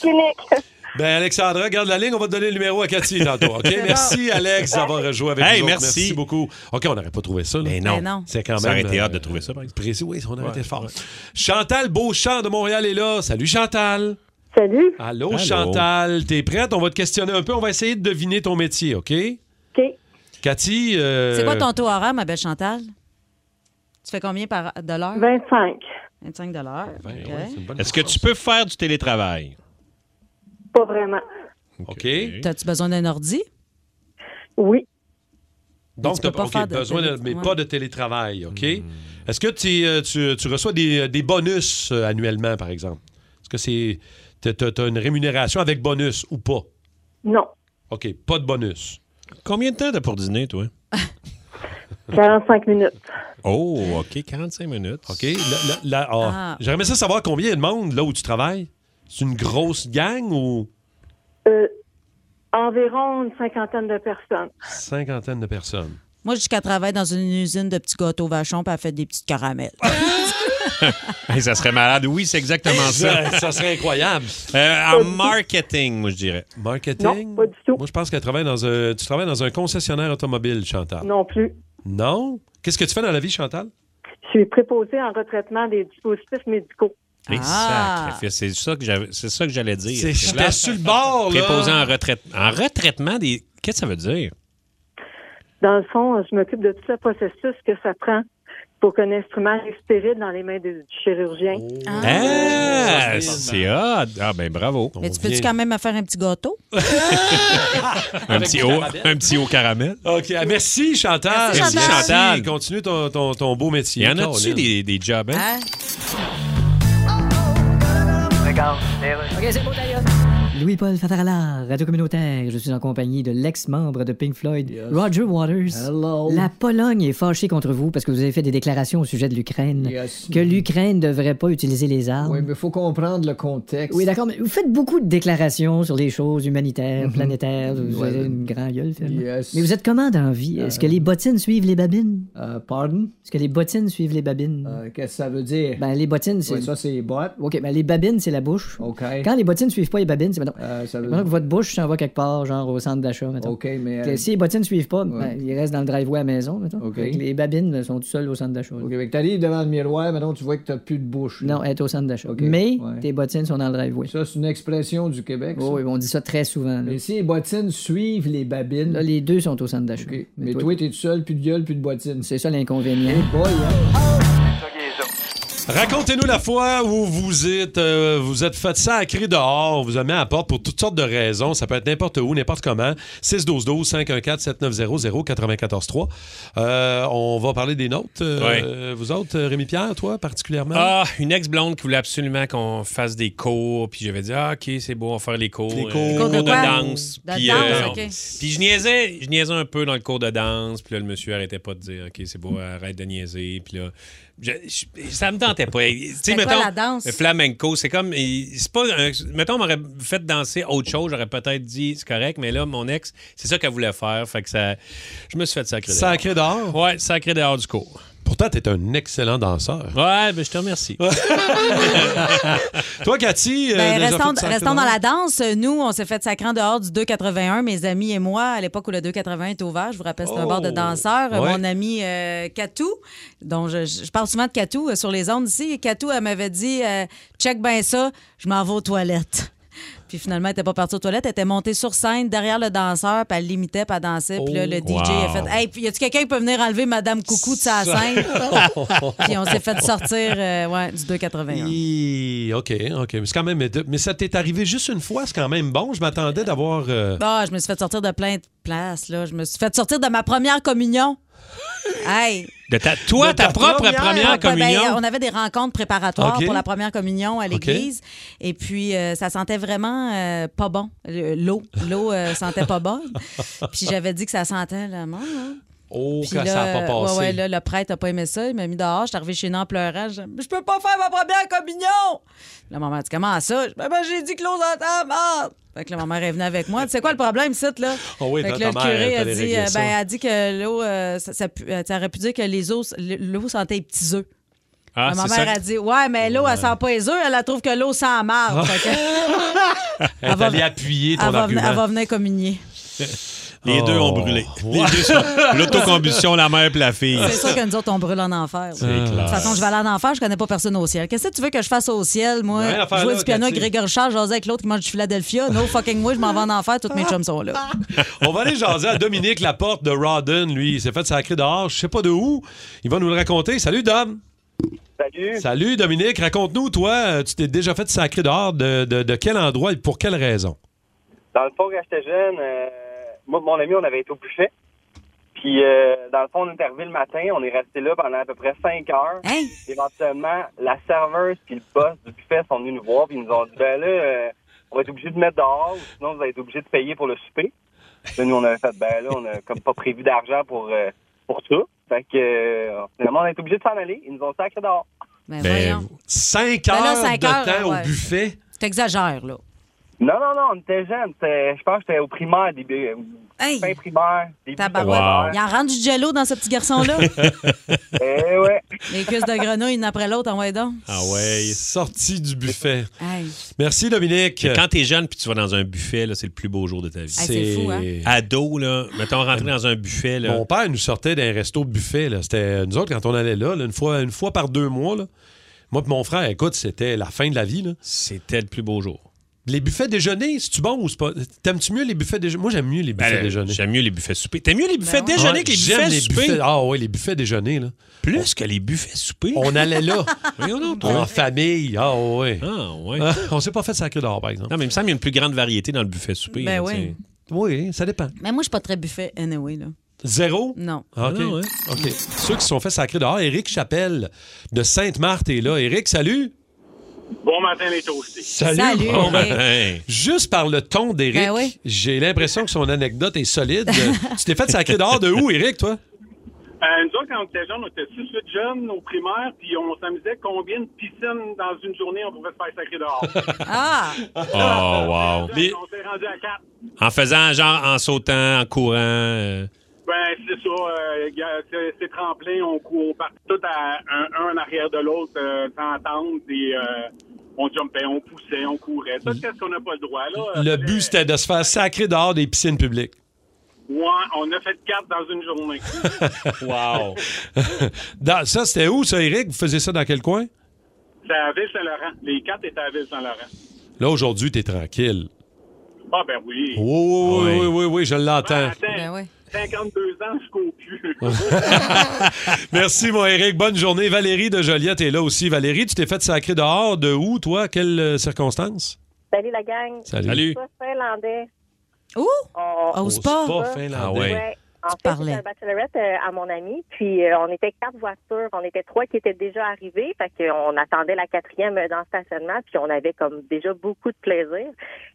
Speaker 11: clinique.
Speaker 3: Ben, Alexandra, garde la ligne. On va te donner le numéro à Cathy tantôt. OK?
Speaker 5: C'est
Speaker 3: Merci,
Speaker 5: bon.
Speaker 3: Alex, d'avoir joué avec
Speaker 5: Hey,
Speaker 3: nous. autres.
Speaker 5: merci.
Speaker 3: beaucoup. OK, on n'aurait pas trouvé ça. là.
Speaker 5: Mais non. Mais non.
Speaker 3: C'est quand même.
Speaker 5: Ça aurait été
Speaker 3: euh,
Speaker 5: hâte de trouver ça, par exemple.
Speaker 3: précis. Oui, on aurait
Speaker 5: Ouais.
Speaker 3: été fort. Chantal Beauchamp de Montréal est là. Salut, Chantal.
Speaker 12: Salut.
Speaker 3: Allô,
Speaker 5: Allô.
Speaker 3: Chantal. T'es prête? On va te questionner un peu. On va essayer de deviner ton métier, OK?
Speaker 12: OK.
Speaker 3: Cathy. euh,
Speaker 4: C'est quoi ton taux horaire, ma belle Chantal? Tu fais combien par de l'heure?
Speaker 12: 25.
Speaker 4: 25 dollars. OK.
Speaker 5: Est-ce que tu peux faire du télétravail?
Speaker 12: Pas vraiment.
Speaker 3: OK.
Speaker 4: T'as-tu besoin d'un ordi?
Speaker 12: Oui.
Speaker 3: Donc,
Speaker 4: tu
Speaker 3: tu
Speaker 4: peux pas faire de
Speaker 3: besoin, de, mais
Speaker 4: télétravail.
Speaker 3: pas de télétravail, OK? Est-ce que t'es, euh, tu, tu reçois des, euh, des bonus euh, annuellement, par exemple? Est-ce que c'est tu as une rémunération avec bonus ou pas?
Speaker 12: Non.
Speaker 3: OK, pas de bonus.
Speaker 5: Combien de temps t'as pour dîner, toi?
Speaker 12: 45 minutes.
Speaker 5: Oh, OK, 45 minutes.
Speaker 3: OK. La- la- la- ah.
Speaker 12: Ah.
Speaker 3: J'aimerais ça savoir combien il y a de monde là où tu travailles. C'est une grosse gang ou
Speaker 12: Euh, environ une cinquantaine de personnes.
Speaker 3: cinquantaine de personnes?
Speaker 4: Moi, jusqu'à travailler dans une usine de petits gâteaux vachons, puis elle fait des petites caramels.
Speaker 5: Hey, ça serait malade. Oui, c'est exactement ça.
Speaker 3: Ça- ça serait incroyable.
Speaker 5: Euh, en marketing, moi, je dirais.
Speaker 3: Marketing?
Speaker 12: Non, pas du tout.
Speaker 3: Moi, je pense qu'elle travaille dans un, tu travailles dans un concessionnaire automobile, Chantal.
Speaker 12: Non plus.
Speaker 3: Non? Qu'est-ce que tu fais dans la vie, Chantal?
Speaker 12: Je suis préposée en retraitement des dispositifs médicaux.
Speaker 5: Et
Speaker 12: Ah.
Speaker 5: sacrifice, C'est ça que j'avais- c'est ça que j'allais dire.
Speaker 3: C'est- j'étais
Speaker 5: clair.
Speaker 3: sur le bord, là.
Speaker 5: Préposé en retraitement. En retraitement des. Qu'est-ce que ça veut dire?
Speaker 12: Dans le fond, je m'occupe de tout le processus que ça prend pour qu'un instrument reste stérile dans les mains des- du chirurgien.
Speaker 8: Oh.
Speaker 5: Ah, c'est hot. Ah, ben bravo.
Speaker 4: Mais tu peux-tu quand même me faire un petit gâteau?
Speaker 5: un, petit haut, un petit haut caramel.
Speaker 3: OK. ah, Merci, Chantal.
Speaker 5: Merci, Chantal. Merci, Chantal.
Speaker 3: Continue ton, ton- ton beau métier.
Speaker 5: Il y en a-tu
Speaker 3: Caroline?
Speaker 5: des, des jobs,
Speaker 4: Ah,
Speaker 5: hein?
Speaker 7: Louis-Paul Favarala, radio communautaire. Je suis en compagnie de l'ex-membre de Pink Floyd, Roger Waters. La Pologne est fâchée contre vous parce que vous avez fait des déclarations au sujet de l'Ukraine.
Speaker 8: Yes.
Speaker 7: Que l'Ukraine ne devrait pas utiliser les armes.
Speaker 8: Oui, mais il faut comprendre le contexte.
Speaker 7: Oui, d'accord, mais vous faites beaucoup de déclarations sur les choses humanitaires,
Speaker 8: Mhm.
Speaker 7: planétaires. Vous
Speaker 8: Ouais.
Speaker 7: avez une grande gueule, finalement.
Speaker 8: Yes.
Speaker 7: Mais vous êtes comment dans la vie? Est-ce que les bottines suivent les babines?
Speaker 8: Euh, pardon?
Speaker 7: Est-ce que les bottines suivent les babines?
Speaker 8: Qu'est-ce que ça veut dire?
Speaker 7: Ben, les bottines, c'est.
Speaker 8: Ouais, ça, c'est les bottes.
Speaker 7: OK, ben les babines, c'est la bouche.
Speaker 8: OK. Euh,
Speaker 7: Quand les bottines suivent pas les babines, c'est non. Mettons que votre bouche s'en va quelque part, genre au centre d'achat, mettons.
Speaker 8: OK, mais.
Speaker 7: Que
Speaker 8: euh,
Speaker 7: si les bottines ne suivent pas, ben,
Speaker 8: Ouais.
Speaker 7: ils restent dans le driveway à la maison, mettons.
Speaker 8: OK.
Speaker 7: Fait que Les babines là, sont tout seules au centre d'achat. là.
Speaker 8: OK, fait que t'arrives devant le miroir, maintenant tu vois que t'as plus de bouche. là.
Speaker 7: Non, elle est au centre d'achat.
Speaker 8: OK,
Speaker 7: Mais
Speaker 8: ouais.
Speaker 7: tes bottines sont dans le driveway.
Speaker 8: Ça, c'est une expression du Québec. ça.
Speaker 7: Oh, oui, on dit ça très souvent. là.
Speaker 8: Mais si les bottines suivent les babines.
Speaker 7: Là, les deux sont au centre d'achat.
Speaker 8: Mais, toi, t'es tout seul, plus de gueule, plus de bottines.
Speaker 7: C'est ça l'inconvénient.
Speaker 3: Racontez-nous la fois où vous êtes, euh, vous êtes fait sacré dehors, on vous a mis à la porte pour toutes sortes de raisons. Ça peut être n'importe où, n'importe comment. 612-12-514-7900-943. Euh, on va parler des notes. Euh, Vous autres, Rémi-Pierre, toi, particulièrement?
Speaker 5: Ah, une ex-blonde qui voulait absolument qu'on fasse des cours. Puis j'avais dit, ah, OK, c'est beau, on va faire les cours.
Speaker 3: Les
Speaker 5: euh,
Speaker 3: cours. Cours de quoi?
Speaker 5: danse.
Speaker 3: De
Speaker 5: puis,
Speaker 3: danse,
Speaker 5: on-
Speaker 3: OK.
Speaker 5: puis je, niaisais, je niaisais un peu dans le cours de danse. Puis là, le monsieur arrêtait pas de dire, OK, c'est beau, arrête de niaiser. Puis là, je, je- ça me tentait pas. Tu sais,
Speaker 4: C'est quoi la danse?
Speaker 5: le flamenco, c'est comme. il- C'est pas un- mettons, on m'aurait fait danser autre chose. J'aurais peut-être dit, c'est correct. Mais là, mon ex, c'est ça qu'elle voulait faire. Fait que ça. Je me suis fait sacré dehors.
Speaker 3: Sacré dehors?
Speaker 5: Ouais, sacré dehors du cours.
Speaker 3: Pourtant, t'es un excellent danseur.
Speaker 5: Ouais, ben je te remercie.
Speaker 3: toi, Cathy, euh,
Speaker 4: Ben,
Speaker 3: déjà
Speaker 4: restons,
Speaker 3: fait sacré
Speaker 4: restons dans
Speaker 3: dehors?
Speaker 4: la danse. Nous, on s'est fait sacrant dehors du 281, mes amis et moi, à l'époque où le 281 est ouvert. Je vous rappelle, c'est un
Speaker 13: Oh!
Speaker 4: bar de danseurs.
Speaker 13: Ouais.
Speaker 4: Mon ami euh, Katou, dont je, je parle souvent de Katou euh, sur les ondes ici, et Katou, elle m'avait dit euh, check ben ça, je m'en vais aux toilettes. Puis finalement, elle n'était pas partie aux toilettes, elle était montée sur scène derrière le danseur, puis elle l'imitait, puis elle dansait. Puis là, le DJ a
Speaker 13: Oh, Wow.
Speaker 4: fait Hey, puis y a-tu quelqu'un qui peut venir enlever Madame Coucou de sa
Speaker 13: Ça-
Speaker 4: scène Puis on s'est fait sortir euh, ouais, du 281.
Speaker 3: Hi, OK, OK. Mais, c'est quand même, mais ça t'est arrivé juste une fois, c'est quand même bon. Je m'attendais d'avoir. euh,
Speaker 4: Ah, je me suis fait sortir de plein de places, là. Je me suis fait sortir de ma première communion. Hey!
Speaker 5: De ta- toi,
Speaker 4: De
Speaker 5: ta, propre première,
Speaker 4: Ah, ben,
Speaker 5: communion.
Speaker 4: on avait des rencontres préparatoires
Speaker 5: OK.
Speaker 4: pour la première communion à l'église. Et puis, euh, ça sentait vraiment euh, pas bon. Euh, L'eau. L'eau euh, sentait pas bonne. puis j'avais dit que ça sentait le mort. hein.
Speaker 3: Oh,
Speaker 4: Puis
Speaker 3: que ça n'a
Speaker 4: là,
Speaker 3: pas passé.
Speaker 4: ouais, ouais, là, le prêtre n'a pas aimé ça. Il m'a mis dehors. Je suis arrivée chez nous en pleurant. Je, je peux pas faire ma première communion. La maman a dit Comment ça Je- Ben, ben, j'ai dit que l'eau sentait mort. Fait que là, ma mère est venue avec moi. Tu sais quoi le problème, site, là?
Speaker 3: Ah oui,
Speaker 4: fait
Speaker 3: ta-
Speaker 4: que là, le
Speaker 3: ta mère,
Speaker 4: curé
Speaker 3: elle
Speaker 4: a
Speaker 3: t'allait
Speaker 4: dit,
Speaker 3: régler
Speaker 4: euh,
Speaker 3: ça.
Speaker 4: ben, elle a dit que l'eau, euh, ça, ça pu- euh, ça aurait pu dire que les os- l'eau sentait les petits œufs.
Speaker 5: Ah,
Speaker 4: Ma
Speaker 5: c'est
Speaker 4: mère
Speaker 5: ça.
Speaker 4: a dit Ouais, mais l'eau, elle sent pas les œufs, elle, elle trouve que l'eau sent marre. Fait que-
Speaker 3: Elle est allée appuyer ton
Speaker 4: elle, va,
Speaker 3: argument.
Speaker 4: venir- elle va venir communier.
Speaker 5: Les deux ont brûlé. Les deux sont- L'autocombustion, la mère et la fille.
Speaker 4: C'est Ben, sûr que nous autres, on brûle en enfer.
Speaker 5: Ah. C'est
Speaker 4: De toute
Speaker 5: clair.
Speaker 4: façon, je vais aller en enfer, je connais pas personne au ciel. Qu'est-ce que tu veux que je fasse au ciel, moi?
Speaker 13: Rien à faire
Speaker 4: Je vois
Speaker 13: là,
Speaker 4: du piano avec
Speaker 13: Cathy.
Speaker 4: Grégory Charles, j'ose avec l'autre qui mange du Philadelphia. No fucking way, je m'en vais en enfer, toutes mes chums sont là.
Speaker 3: On va aller jaser à Dominique Laporte de Rodden. Lui, il s'est fait sacrer dehors. Je sais pas de où. Il va nous le raconter. Salut, Dom.
Speaker 14: Salut.
Speaker 3: Salut, Dominique. Raconte-nous, toi, euh, tu t'es déjà fait sacrer dehors de, de- de quel endroit et pour quelle raison?
Speaker 14: Dans le fond, quand j'étais jeune, euh, moi et mon ami, on avait été au buffet. Puis, euh, dans le fond, on est arrivé le matin, on est resté là pendant à peu près 5 heures.
Speaker 4: Hein?
Speaker 14: Éventuellement, la serveuse puis le boss du buffet sont venus nous voir puis ils nous ont dit ben là, euh, on va être obligé de mettre dehors, ou sinon vous allez être obligé de payer pour le souper. Là, nous, on avait fait ben là, on a comme pas prévu d'argent pour, euh, pour ça. Fait que, euh, finalement, on a été obligé de s'en aller. Ils nous ont sacré dehors.
Speaker 4: Ben,
Speaker 3: Ben,
Speaker 4: voyons.
Speaker 3: 5
Speaker 4: Ben
Speaker 3: heures
Speaker 4: là, cinq
Speaker 3: de
Speaker 4: heures,
Speaker 3: temps
Speaker 4: ouais.
Speaker 3: au buffet.
Speaker 4: T'exagères, là.
Speaker 14: Non, non, non, on était jeunes. C'était- Je pense que j'étais au primaire, début, euh, fin primaire, début
Speaker 4: Tabarouette.
Speaker 14: secondaire.
Speaker 4: Il en rentre du jello dans ce petit garçon-là.
Speaker 14: Eh ouais.
Speaker 4: Les cuisses de grenouille, une après l'autre, en ouais donc.
Speaker 5: Ah ouais.
Speaker 3: Sorti du buffet.
Speaker 4: Hey.
Speaker 3: Merci, Dominique.
Speaker 5: quand t'es jeune puis tu vas dans un buffet, là, c'est le plus beau jour de ta vie.
Speaker 4: Ah, c'est fou, hein?
Speaker 5: Ado, là, mettons rentrer dans un buffet. Là.
Speaker 3: Mon père nous sortait d'un resto de buffet. Là. C'était euh, nous autres quand on allait là, là, une fois, une fois par deux mois. là. Moi et mon frère, écoute, c'était la fin de la vie.
Speaker 5: C'était le plus beau jour.
Speaker 3: Les buffets déjeuner, c'est tu bon ou c'est pas T'aimes-tu mieux les buffets déjeuner Moi, j'aime mieux les buffets
Speaker 5: Ben,
Speaker 3: déjeuner.
Speaker 5: J'aime mieux les buffets souper. T'aimes mieux les
Speaker 4: Ben
Speaker 5: buffets déjeuner
Speaker 3: Ouais,
Speaker 5: que les
Speaker 3: j'aime
Speaker 5: buffets souper?
Speaker 3: Ah oui, les buffets déjeuner là.
Speaker 5: Plus que les buffets souper.
Speaker 3: On allait là.
Speaker 5: Voyons donc, toi.
Speaker 3: en famille. Ah oui.
Speaker 5: Ah ouais.
Speaker 3: on s'est pas fait sacré dehors, par exemple.
Speaker 5: Non, mais il me semble qu'il y a une plus grande variété dans le buffet souper.
Speaker 4: Ben
Speaker 5: là,
Speaker 4: oui.
Speaker 5: tu sais.
Speaker 3: Oui, ça dépend.
Speaker 4: Mais moi, je suis pas très buffet, anyway, là.
Speaker 3: Zéro?
Speaker 4: Non.
Speaker 3: Ah, OK.
Speaker 4: Non, hein?
Speaker 3: OK. Ceux qui se sont fait sacrer dehors, Éric Chapelle de Sainte-Marthe est là. Éric, salut.
Speaker 15: Bon matin, les toastés.
Speaker 3: Bon, ben, Juste par le ton d'Éric,
Speaker 15: Ben oui.
Speaker 3: j'ai l'impression que son anecdote est solide. Euh, tu t'es fait sacrer dehors de où, Éric, toi?
Speaker 15: Euh, nous autres, quand on était jeunes, on était 6-8 jeunes au primaire, puis on s'amusait combien de piscines dans une journée on pouvait se faire sacrer dehors.
Speaker 4: Ah!
Speaker 5: Oh, wow. Les-
Speaker 15: On s'est rendu à 4.
Speaker 5: En faisant genre en sautant, en courant. euh,
Speaker 15: Ben, c'est ça. euh, y a- c'est- c'est tremplin. On, cou- on part tout à un, un en arrière de l'autre, euh, sans attendre. Et, euh, on jumpait, on poussait, on courait. Ça, c'est ce qu'on n'a pas le droit, là.
Speaker 3: Le
Speaker 15: Euh,
Speaker 3: but, c'était de se faire sacrer dehors des piscines publiques.
Speaker 15: Ouais, on a fait quatre dans une journée.
Speaker 3: wow! Dans- Ah, ça, c'était où, ça, Eric? Vous faisiez ça dans quel coin?
Speaker 15: C'était à Ville-Saint-Laurent. Les quatre étaient à Ville-Saint-Laurent.
Speaker 3: Là, aujourd'hui, t'es tranquille.
Speaker 15: Ah, ben oui. Ah,
Speaker 3: Oh, oui, oui, oui, oui, oui, je l'entends.
Speaker 15: Attends,
Speaker 4: Ben
Speaker 15: 52 ans, je cours plus.
Speaker 3: Merci, mon Eric. Bonne journée. Valérie de Joliette est là aussi. Valérie, tu t'es fait sacrer dehors de où, toi? Quelles euh, circonstances?
Speaker 13: Salut la gang.
Speaker 3: Salut. Salut.
Speaker 13: Pas finlandais.
Speaker 4: Où?
Speaker 14: Oh,
Speaker 15: Ah,
Speaker 3: Au spa. spa finlandais. Ah ouais.
Speaker 13: En fait,
Speaker 4: parlais.
Speaker 13: j'étais un bachelorette euh, à mon ami, puis euh, on était quatre voitures, on était trois qui étaient déjà arrivés, fait qu'on attendait la quatrième euh, dans le stationnement, puis on avait comme déjà beaucoup de plaisir.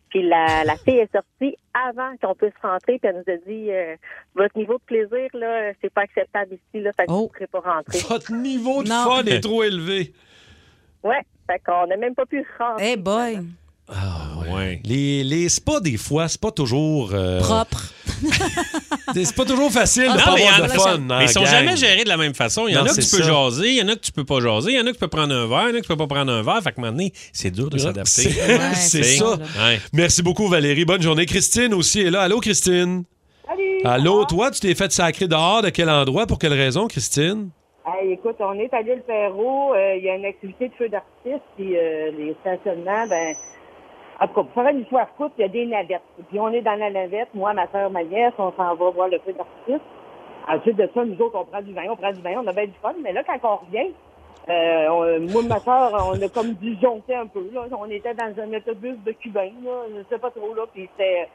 Speaker 13: Puis la, la fille est sortie avant qu'on puisse rentrer, puis elle nous a dit euh, votre niveau de plaisir là, c'est pas acceptable ici là, fait que vous pourrez pas rentrer.
Speaker 3: Votre niveau
Speaker 13: de
Speaker 3: Fun est trop élevé.
Speaker 13: Ouais, fait qu'on n'a même pas pu rentrer. Eh boy.
Speaker 3: Ouais. Les, les spas, des fois, c'est pas toujours. euh,
Speaker 4: Propre.
Speaker 3: c'est pas toujours facile de
Speaker 5: Ah, Non,
Speaker 3: pas
Speaker 5: mais
Speaker 3: avoir
Speaker 5: y en
Speaker 3: de
Speaker 5: a-
Speaker 3: fun.
Speaker 5: mais ils sont jamais gérés de la même façon. Il y en
Speaker 3: Non,
Speaker 5: a que tu
Speaker 3: c'est
Speaker 5: peux
Speaker 3: ça.
Speaker 5: jaser, il y en a que tu peux pas jaser, il y en a que tu peux prendre un verre, il y en a que tu peux pas prendre un verre. Fait que maintenant, c'est dur de s'adapter.
Speaker 3: C'est c'est
Speaker 5: Tu sais?
Speaker 3: ça.
Speaker 5: Ouais.
Speaker 3: Merci beaucoup, Valérie. Bonne journée. Christine aussi est là. Allô, Christine?
Speaker 16: Salut!
Speaker 3: Allô, toi, tu t'es fait sacrer dehors de quel endroit? Pour quelle raison, Christine?
Speaker 16: Hey, Ben, écoute, on est à l'île Perrault, euh, il y a une activité de feu d'artifice, puis euh, les stationnements, ben, en tout cas, pour faire une histoire courte, il y a des navettes. Puis on est dans la navette, moi, ma soeur, ma nièce, on s'en va voir le feu d'artifice. Ensuite de ça, nous autres, on prend du vin, on prend du vin, on a bien du fun, mais là, quand on revient, euh, on- moi et ma soeur, on a comme disjoncté un peu, là. On était dans un autobus de Cubains, là, je sais pas trop, là, puis c'était...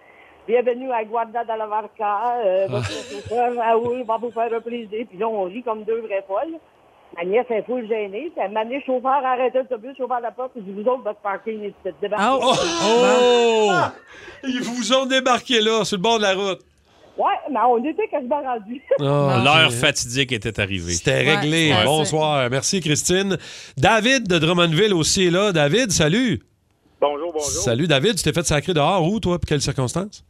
Speaker 16: Bienvenue à Guarda de la Marca. Euh, votre chauffeur, Raoul va vous faire un plaisir. Puis là, on rit comme deux vraies folles. Ma nièce est full gênée. Puis elle m'a amené le chauffeur, arrêtez l'autobus, chauffeur la porte. Puis vous autres, votre parking est petit. Débarquez.
Speaker 4: Ah,
Speaker 3: Oh! Oh!
Speaker 15: Ah!
Speaker 3: Ils vous ont débarqué là, sur le bord de la route.
Speaker 16: Ouais, mais on était quasiment rendus.
Speaker 5: L'heure fatidique était arrivée.
Speaker 3: C'était réglé.
Speaker 5: Ah, Ouais.
Speaker 3: Bonsoir. Merci, Christine. David de Drummondville aussi est là. David, salut.
Speaker 17: Bonjour, bonjour.
Speaker 3: Salut, David. Tu t'es fait sacrer dehors où, toi? Pour quelles circonstances?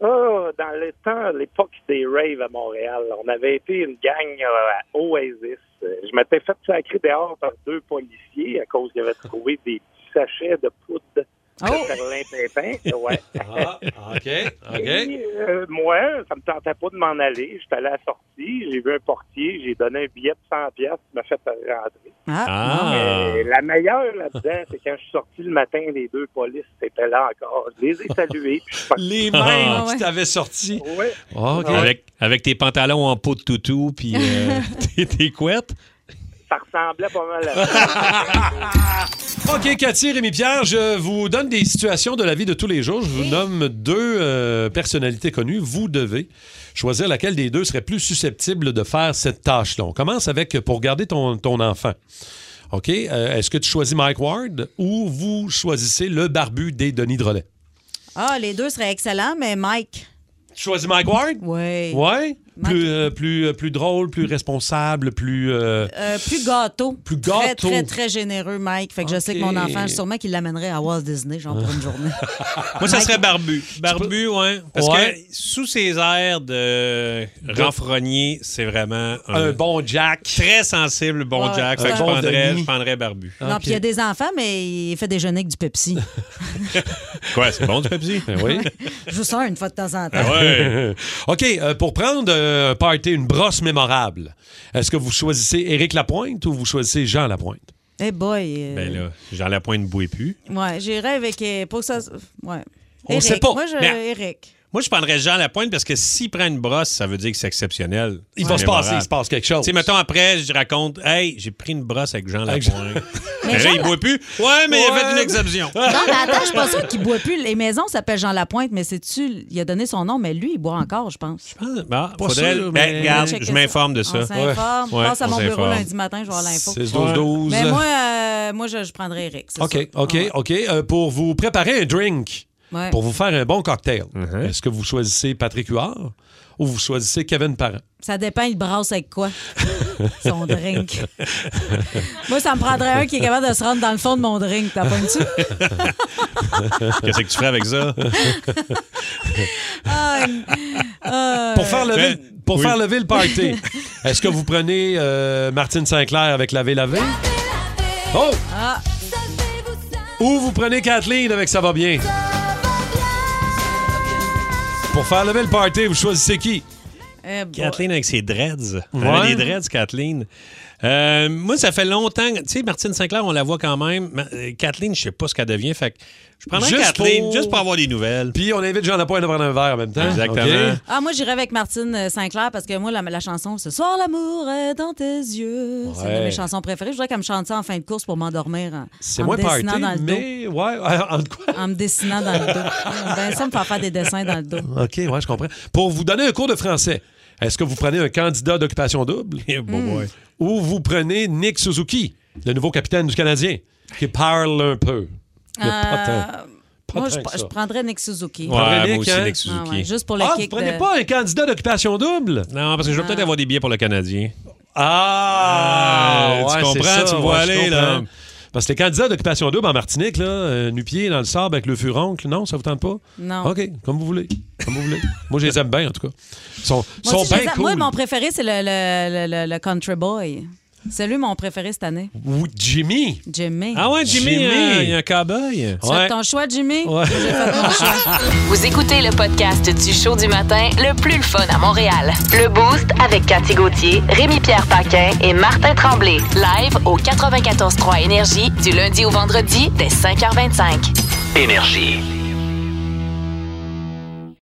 Speaker 17: Ah, dans le temps, à l'époque des raves à Montréal, on avait été une gang euh, à Oasis. Euh, Je m'étais fait sacrer dehors par deux policiers à cause qu'ils avaient trouvé des petits sachets de poudre de perlimpinpin. Ouais.
Speaker 5: Ah,
Speaker 3: OK.
Speaker 17: Et, euh, moi, ça me tentait pas de m'en aller. J'étais allé à la sortie, j'ai vu un portier, j'ai donné un billet de 100 pièces, m'a fait rentrer.
Speaker 5: Ah.
Speaker 17: Euh, la meilleure là-dedans, c'est quand je suis sorti le matin, les deux polices étaient là encore. Je les ai salués. puis je suis parti.
Speaker 3: Les mêmes
Speaker 5: Ah ouais.
Speaker 3: qui t'avaient sorti.
Speaker 17: Ouais.
Speaker 3: Ah, OK.
Speaker 5: Avec, avec tes pantalons en peau de toutou puis euh, tes- tes couettes.
Speaker 17: Ça ressemblait pas mal à ça.
Speaker 3: OK, Cathy, Rémi Pierre, je vous donne des situations de la vie de tous les jours. Je vous nomme deux euh, personnalités connues. Vous devez choisir laquelle des deux serait plus susceptible de faire cette tâche-là. On commence avec euh, pour garder ton, ton enfant. OK? euh, Est-ce que tu choisis Mike Ward ou vous choisissez le barbu des Denis Drolet?
Speaker 4: Ah, les deux seraient excellents, mais Mike.
Speaker 3: Tu choisis Mike Ward?
Speaker 4: Oui.
Speaker 3: Ouais? Plus, euh, plus, euh, plus drôle, plus responsable, plus. euh,
Speaker 4: Euh, plus gâteau.
Speaker 3: Plus
Speaker 4: Très,
Speaker 3: gâteau.
Speaker 4: très, très généreux, Mike. Fait que je sais que mon
Speaker 3: Ok.
Speaker 4: enfant, sûrement qu'il l'amènerait à Walt Disney, genre pour une journée.
Speaker 5: Moi, ça serait barbu. Barbu, ouais. Parce
Speaker 3: Ouais.
Speaker 5: que sous ses airs de renfrogné, c'est vraiment
Speaker 3: Un bon Jack.
Speaker 5: Très sensible, bon
Speaker 4: Ouais.
Speaker 5: Jack. Fait
Speaker 4: Un
Speaker 5: que je,
Speaker 4: bon
Speaker 5: prendrais,
Speaker 4: Denis.
Speaker 5: je prendrais barbu.
Speaker 4: non, puis il y a des enfants, mais il fait déjeuner avec du Pepsi.
Speaker 5: Quoi, c'est bon du Pepsi?
Speaker 3: oui.
Speaker 4: Je vous sors une fois de temps en temps.
Speaker 3: OK, euh, pour prendre euh, un party, une brosse mémorable, est-ce que vous choisissez Éric Lapointe ou vous choisissez Jean Lapointe?
Speaker 4: Eh boy. euh,
Speaker 5: Ben là, Jean Lapointe ne bouille plus.
Speaker 4: Ouais, j'irais avec. euh, Pour que ça. Ouais.
Speaker 5: On
Speaker 4: Eric.
Speaker 5: sait pas,
Speaker 4: Moi, je.
Speaker 5: mais-
Speaker 4: Eric.
Speaker 5: Moi, je prendrais Jean Lapointe parce que s'il prend une brosse, ça veut dire que c'est exceptionnel.
Speaker 3: Il
Speaker 5: C'est
Speaker 3: va se
Speaker 5: mémorable.
Speaker 3: passer, il se passe quelque chose.
Speaker 5: Tu sais, mettons après, je raconte, hey, j'ai pris une brosse avec Jean
Speaker 3: Avec
Speaker 5: Lapointe. Mais là, il ne boit plus. Ouais, mais il a fait une exception.
Speaker 4: Non, mais attends, je suis pas sûre qu'il boit plus. Les maisons s'appellent Jean Lapointe, mais c'est-tu. Il a donné son nom, mais lui, il boit encore, je pense.
Speaker 5: Bah,
Speaker 4: Pas
Speaker 5: faudrait-
Speaker 4: sûr,
Speaker 5: ben,
Speaker 4: mais-
Speaker 5: regarde,
Speaker 4: Checker
Speaker 5: je m'informe de ça.
Speaker 4: On s'informe.
Speaker 5: Ouais,
Speaker 4: Passe à
Speaker 5: on
Speaker 4: mon bureau
Speaker 5: s'informe.
Speaker 4: lundi matin, je vais avoir l'info.
Speaker 3: 16-12-12.
Speaker 4: Mais moi, euh, moi je, je prendrais Eric. c'est
Speaker 3: OK,
Speaker 4: sûr.
Speaker 3: OK, OK. Euh, pour vous préparer un drink,
Speaker 4: Ouais.
Speaker 3: pour vous faire un bon cocktail,
Speaker 5: Uh-huh.
Speaker 3: est-ce que vous choisissez Patrick Huard ou vous choisissez Kevin Parent?
Speaker 4: Ça dépend, il brasse avec quoi. Son drink. moi, ça me prendrait un qui est capable de se rendre dans le fond de mon drink. T'as pas une dessus?
Speaker 5: Qu'est-ce que tu ferais avec ça?
Speaker 4: Ah, euh,
Speaker 3: Pour faire lever, le- pour
Speaker 5: oui.
Speaker 3: faire lever le party, ben, est-ce que vous prenez Ah. euh, Martine Sinclair avec Laver Laver? Oh!
Speaker 4: Ah.
Speaker 3: Ou vous prenez Kathleen avec Ça va bien. Pour faire lever le party, vous choisissez qui?
Speaker 4: Eh, boy.
Speaker 5: Kathleen avec ses dreads. Elle
Speaker 3: Ouais.
Speaker 5: a des dreads, Kathleen. Euh, moi, ça fait longtemps. que- Tu sais, Martine Sinclair, on la voit quand même. Ma- euh, Kathleen, je sais pas ce qu'elle devient. Fait que je prendrais Kathleen juste pour hein, avoir des nouvelles.
Speaker 3: Puis on invite Jean-Napoléon à prendre un verre en même temps.
Speaker 5: Exactement.
Speaker 3: OK?
Speaker 4: Ah, moi, j'irais avec Martine euh, Sinclair parce que moi, la, la chanson Ce soir, l'amour est dans tes yeux. C'est une de
Speaker 3: Ouais.
Speaker 4: mes chansons préférées. Je voudrais qu'elle me chante ça en fin de course pour m'endormir en,
Speaker 3: C'est
Speaker 4: en
Speaker 3: moins
Speaker 4: me
Speaker 3: party,
Speaker 4: dessinant dans le dos.
Speaker 3: mais... Ouais, en quoi?
Speaker 4: En me dessinant dans le dos. ben, ça me fait faire des dessins dans le dos.
Speaker 3: OK, ouais, je comprends. Pour vous donner un cours de français, est-ce que vous prenez un candidat d'occupation double Hmm.
Speaker 4: Mm. boy.
Speaker 3: ou vous prenez Nick Suzuki, le nouveau capitaine du Canadien, qui parle un peu? Il y a pas
Speaker 4: Euh,
Speaker 3: tant- pas
Speaker 4: moi,
Speaker 3: tant
Speaker 4: je,
Speaker 3: que
Speaker 4: je
Speaker 3: ça.
Speaker 4: prendrais Nick Suzuki.
Speaker 3: Ouais, Prendrais moi Nick, aussi, hein? Nick
Speaker 5: Suzuki.
Speaker 4: Ah ouais, juste pour le
Speaker 3: Ah, vous
Speaker 4: kick.
Speaker 3: prenez
Speaker 4: de- Ah.
Speaker 3: pas un candidat d'occupation double?
Speaker 5: Non, parce que je vais peut-être avoir des billets pour le Canadien.
Speaker 3: Ah,
Speaker 5: Euh, tu
Speaker 3: ouais,
Speaker 5: comprends,
Speaker 3: c'est ça,
Speaker 5: tu me
Speaker 3: ouais,
Speaker 5: vois
Speaker 3: je
Speaker 5: aller, là.
Speaker 3: comprends. Parce que les candidats d'occupation double en Martinique, là, euh, nu-pieds dans le sable avec le furoncle, non, ça vous tente pas?
Speaker 4: Non.
Speaker 3: OK, comme vous voulez. Comme vous voulez. Moi, je les aime bien, en tout cas. Ils sont,
Speaker 4: Moi,
Speaker 3: sont
Speaker 4: aussi, je les
Speaker 3: bien
Speaker 4: aime.
Speaker 3: cool.
Speaker 4: Moi, mon préféré, c'est le, le- le- le- le Country Boy. C'est lui mon préféré cette année.
Speaker 3: Ou Jimmy.
Speaker 4: Jimmy.
Speaker 5: Ah ouais, Jimmy,
Speaker 3: Jimmy. hein.
Speaker 5: euh, il y a un cowboy.
Speaker 4: Tu as fait ton choix, Jimmy?
Speaker 3: Ouais.
Speaker 1: Vous écoutez le podcast du show du matin le plus le fun à Montréal. Le Boost avec Cathy Gauthier, Rémi-Pierre Paquin et Martin Tremblay. Live au 94.3 Énergie du lundi au vendredi dès 5h25.
Speaker 18: Énergie.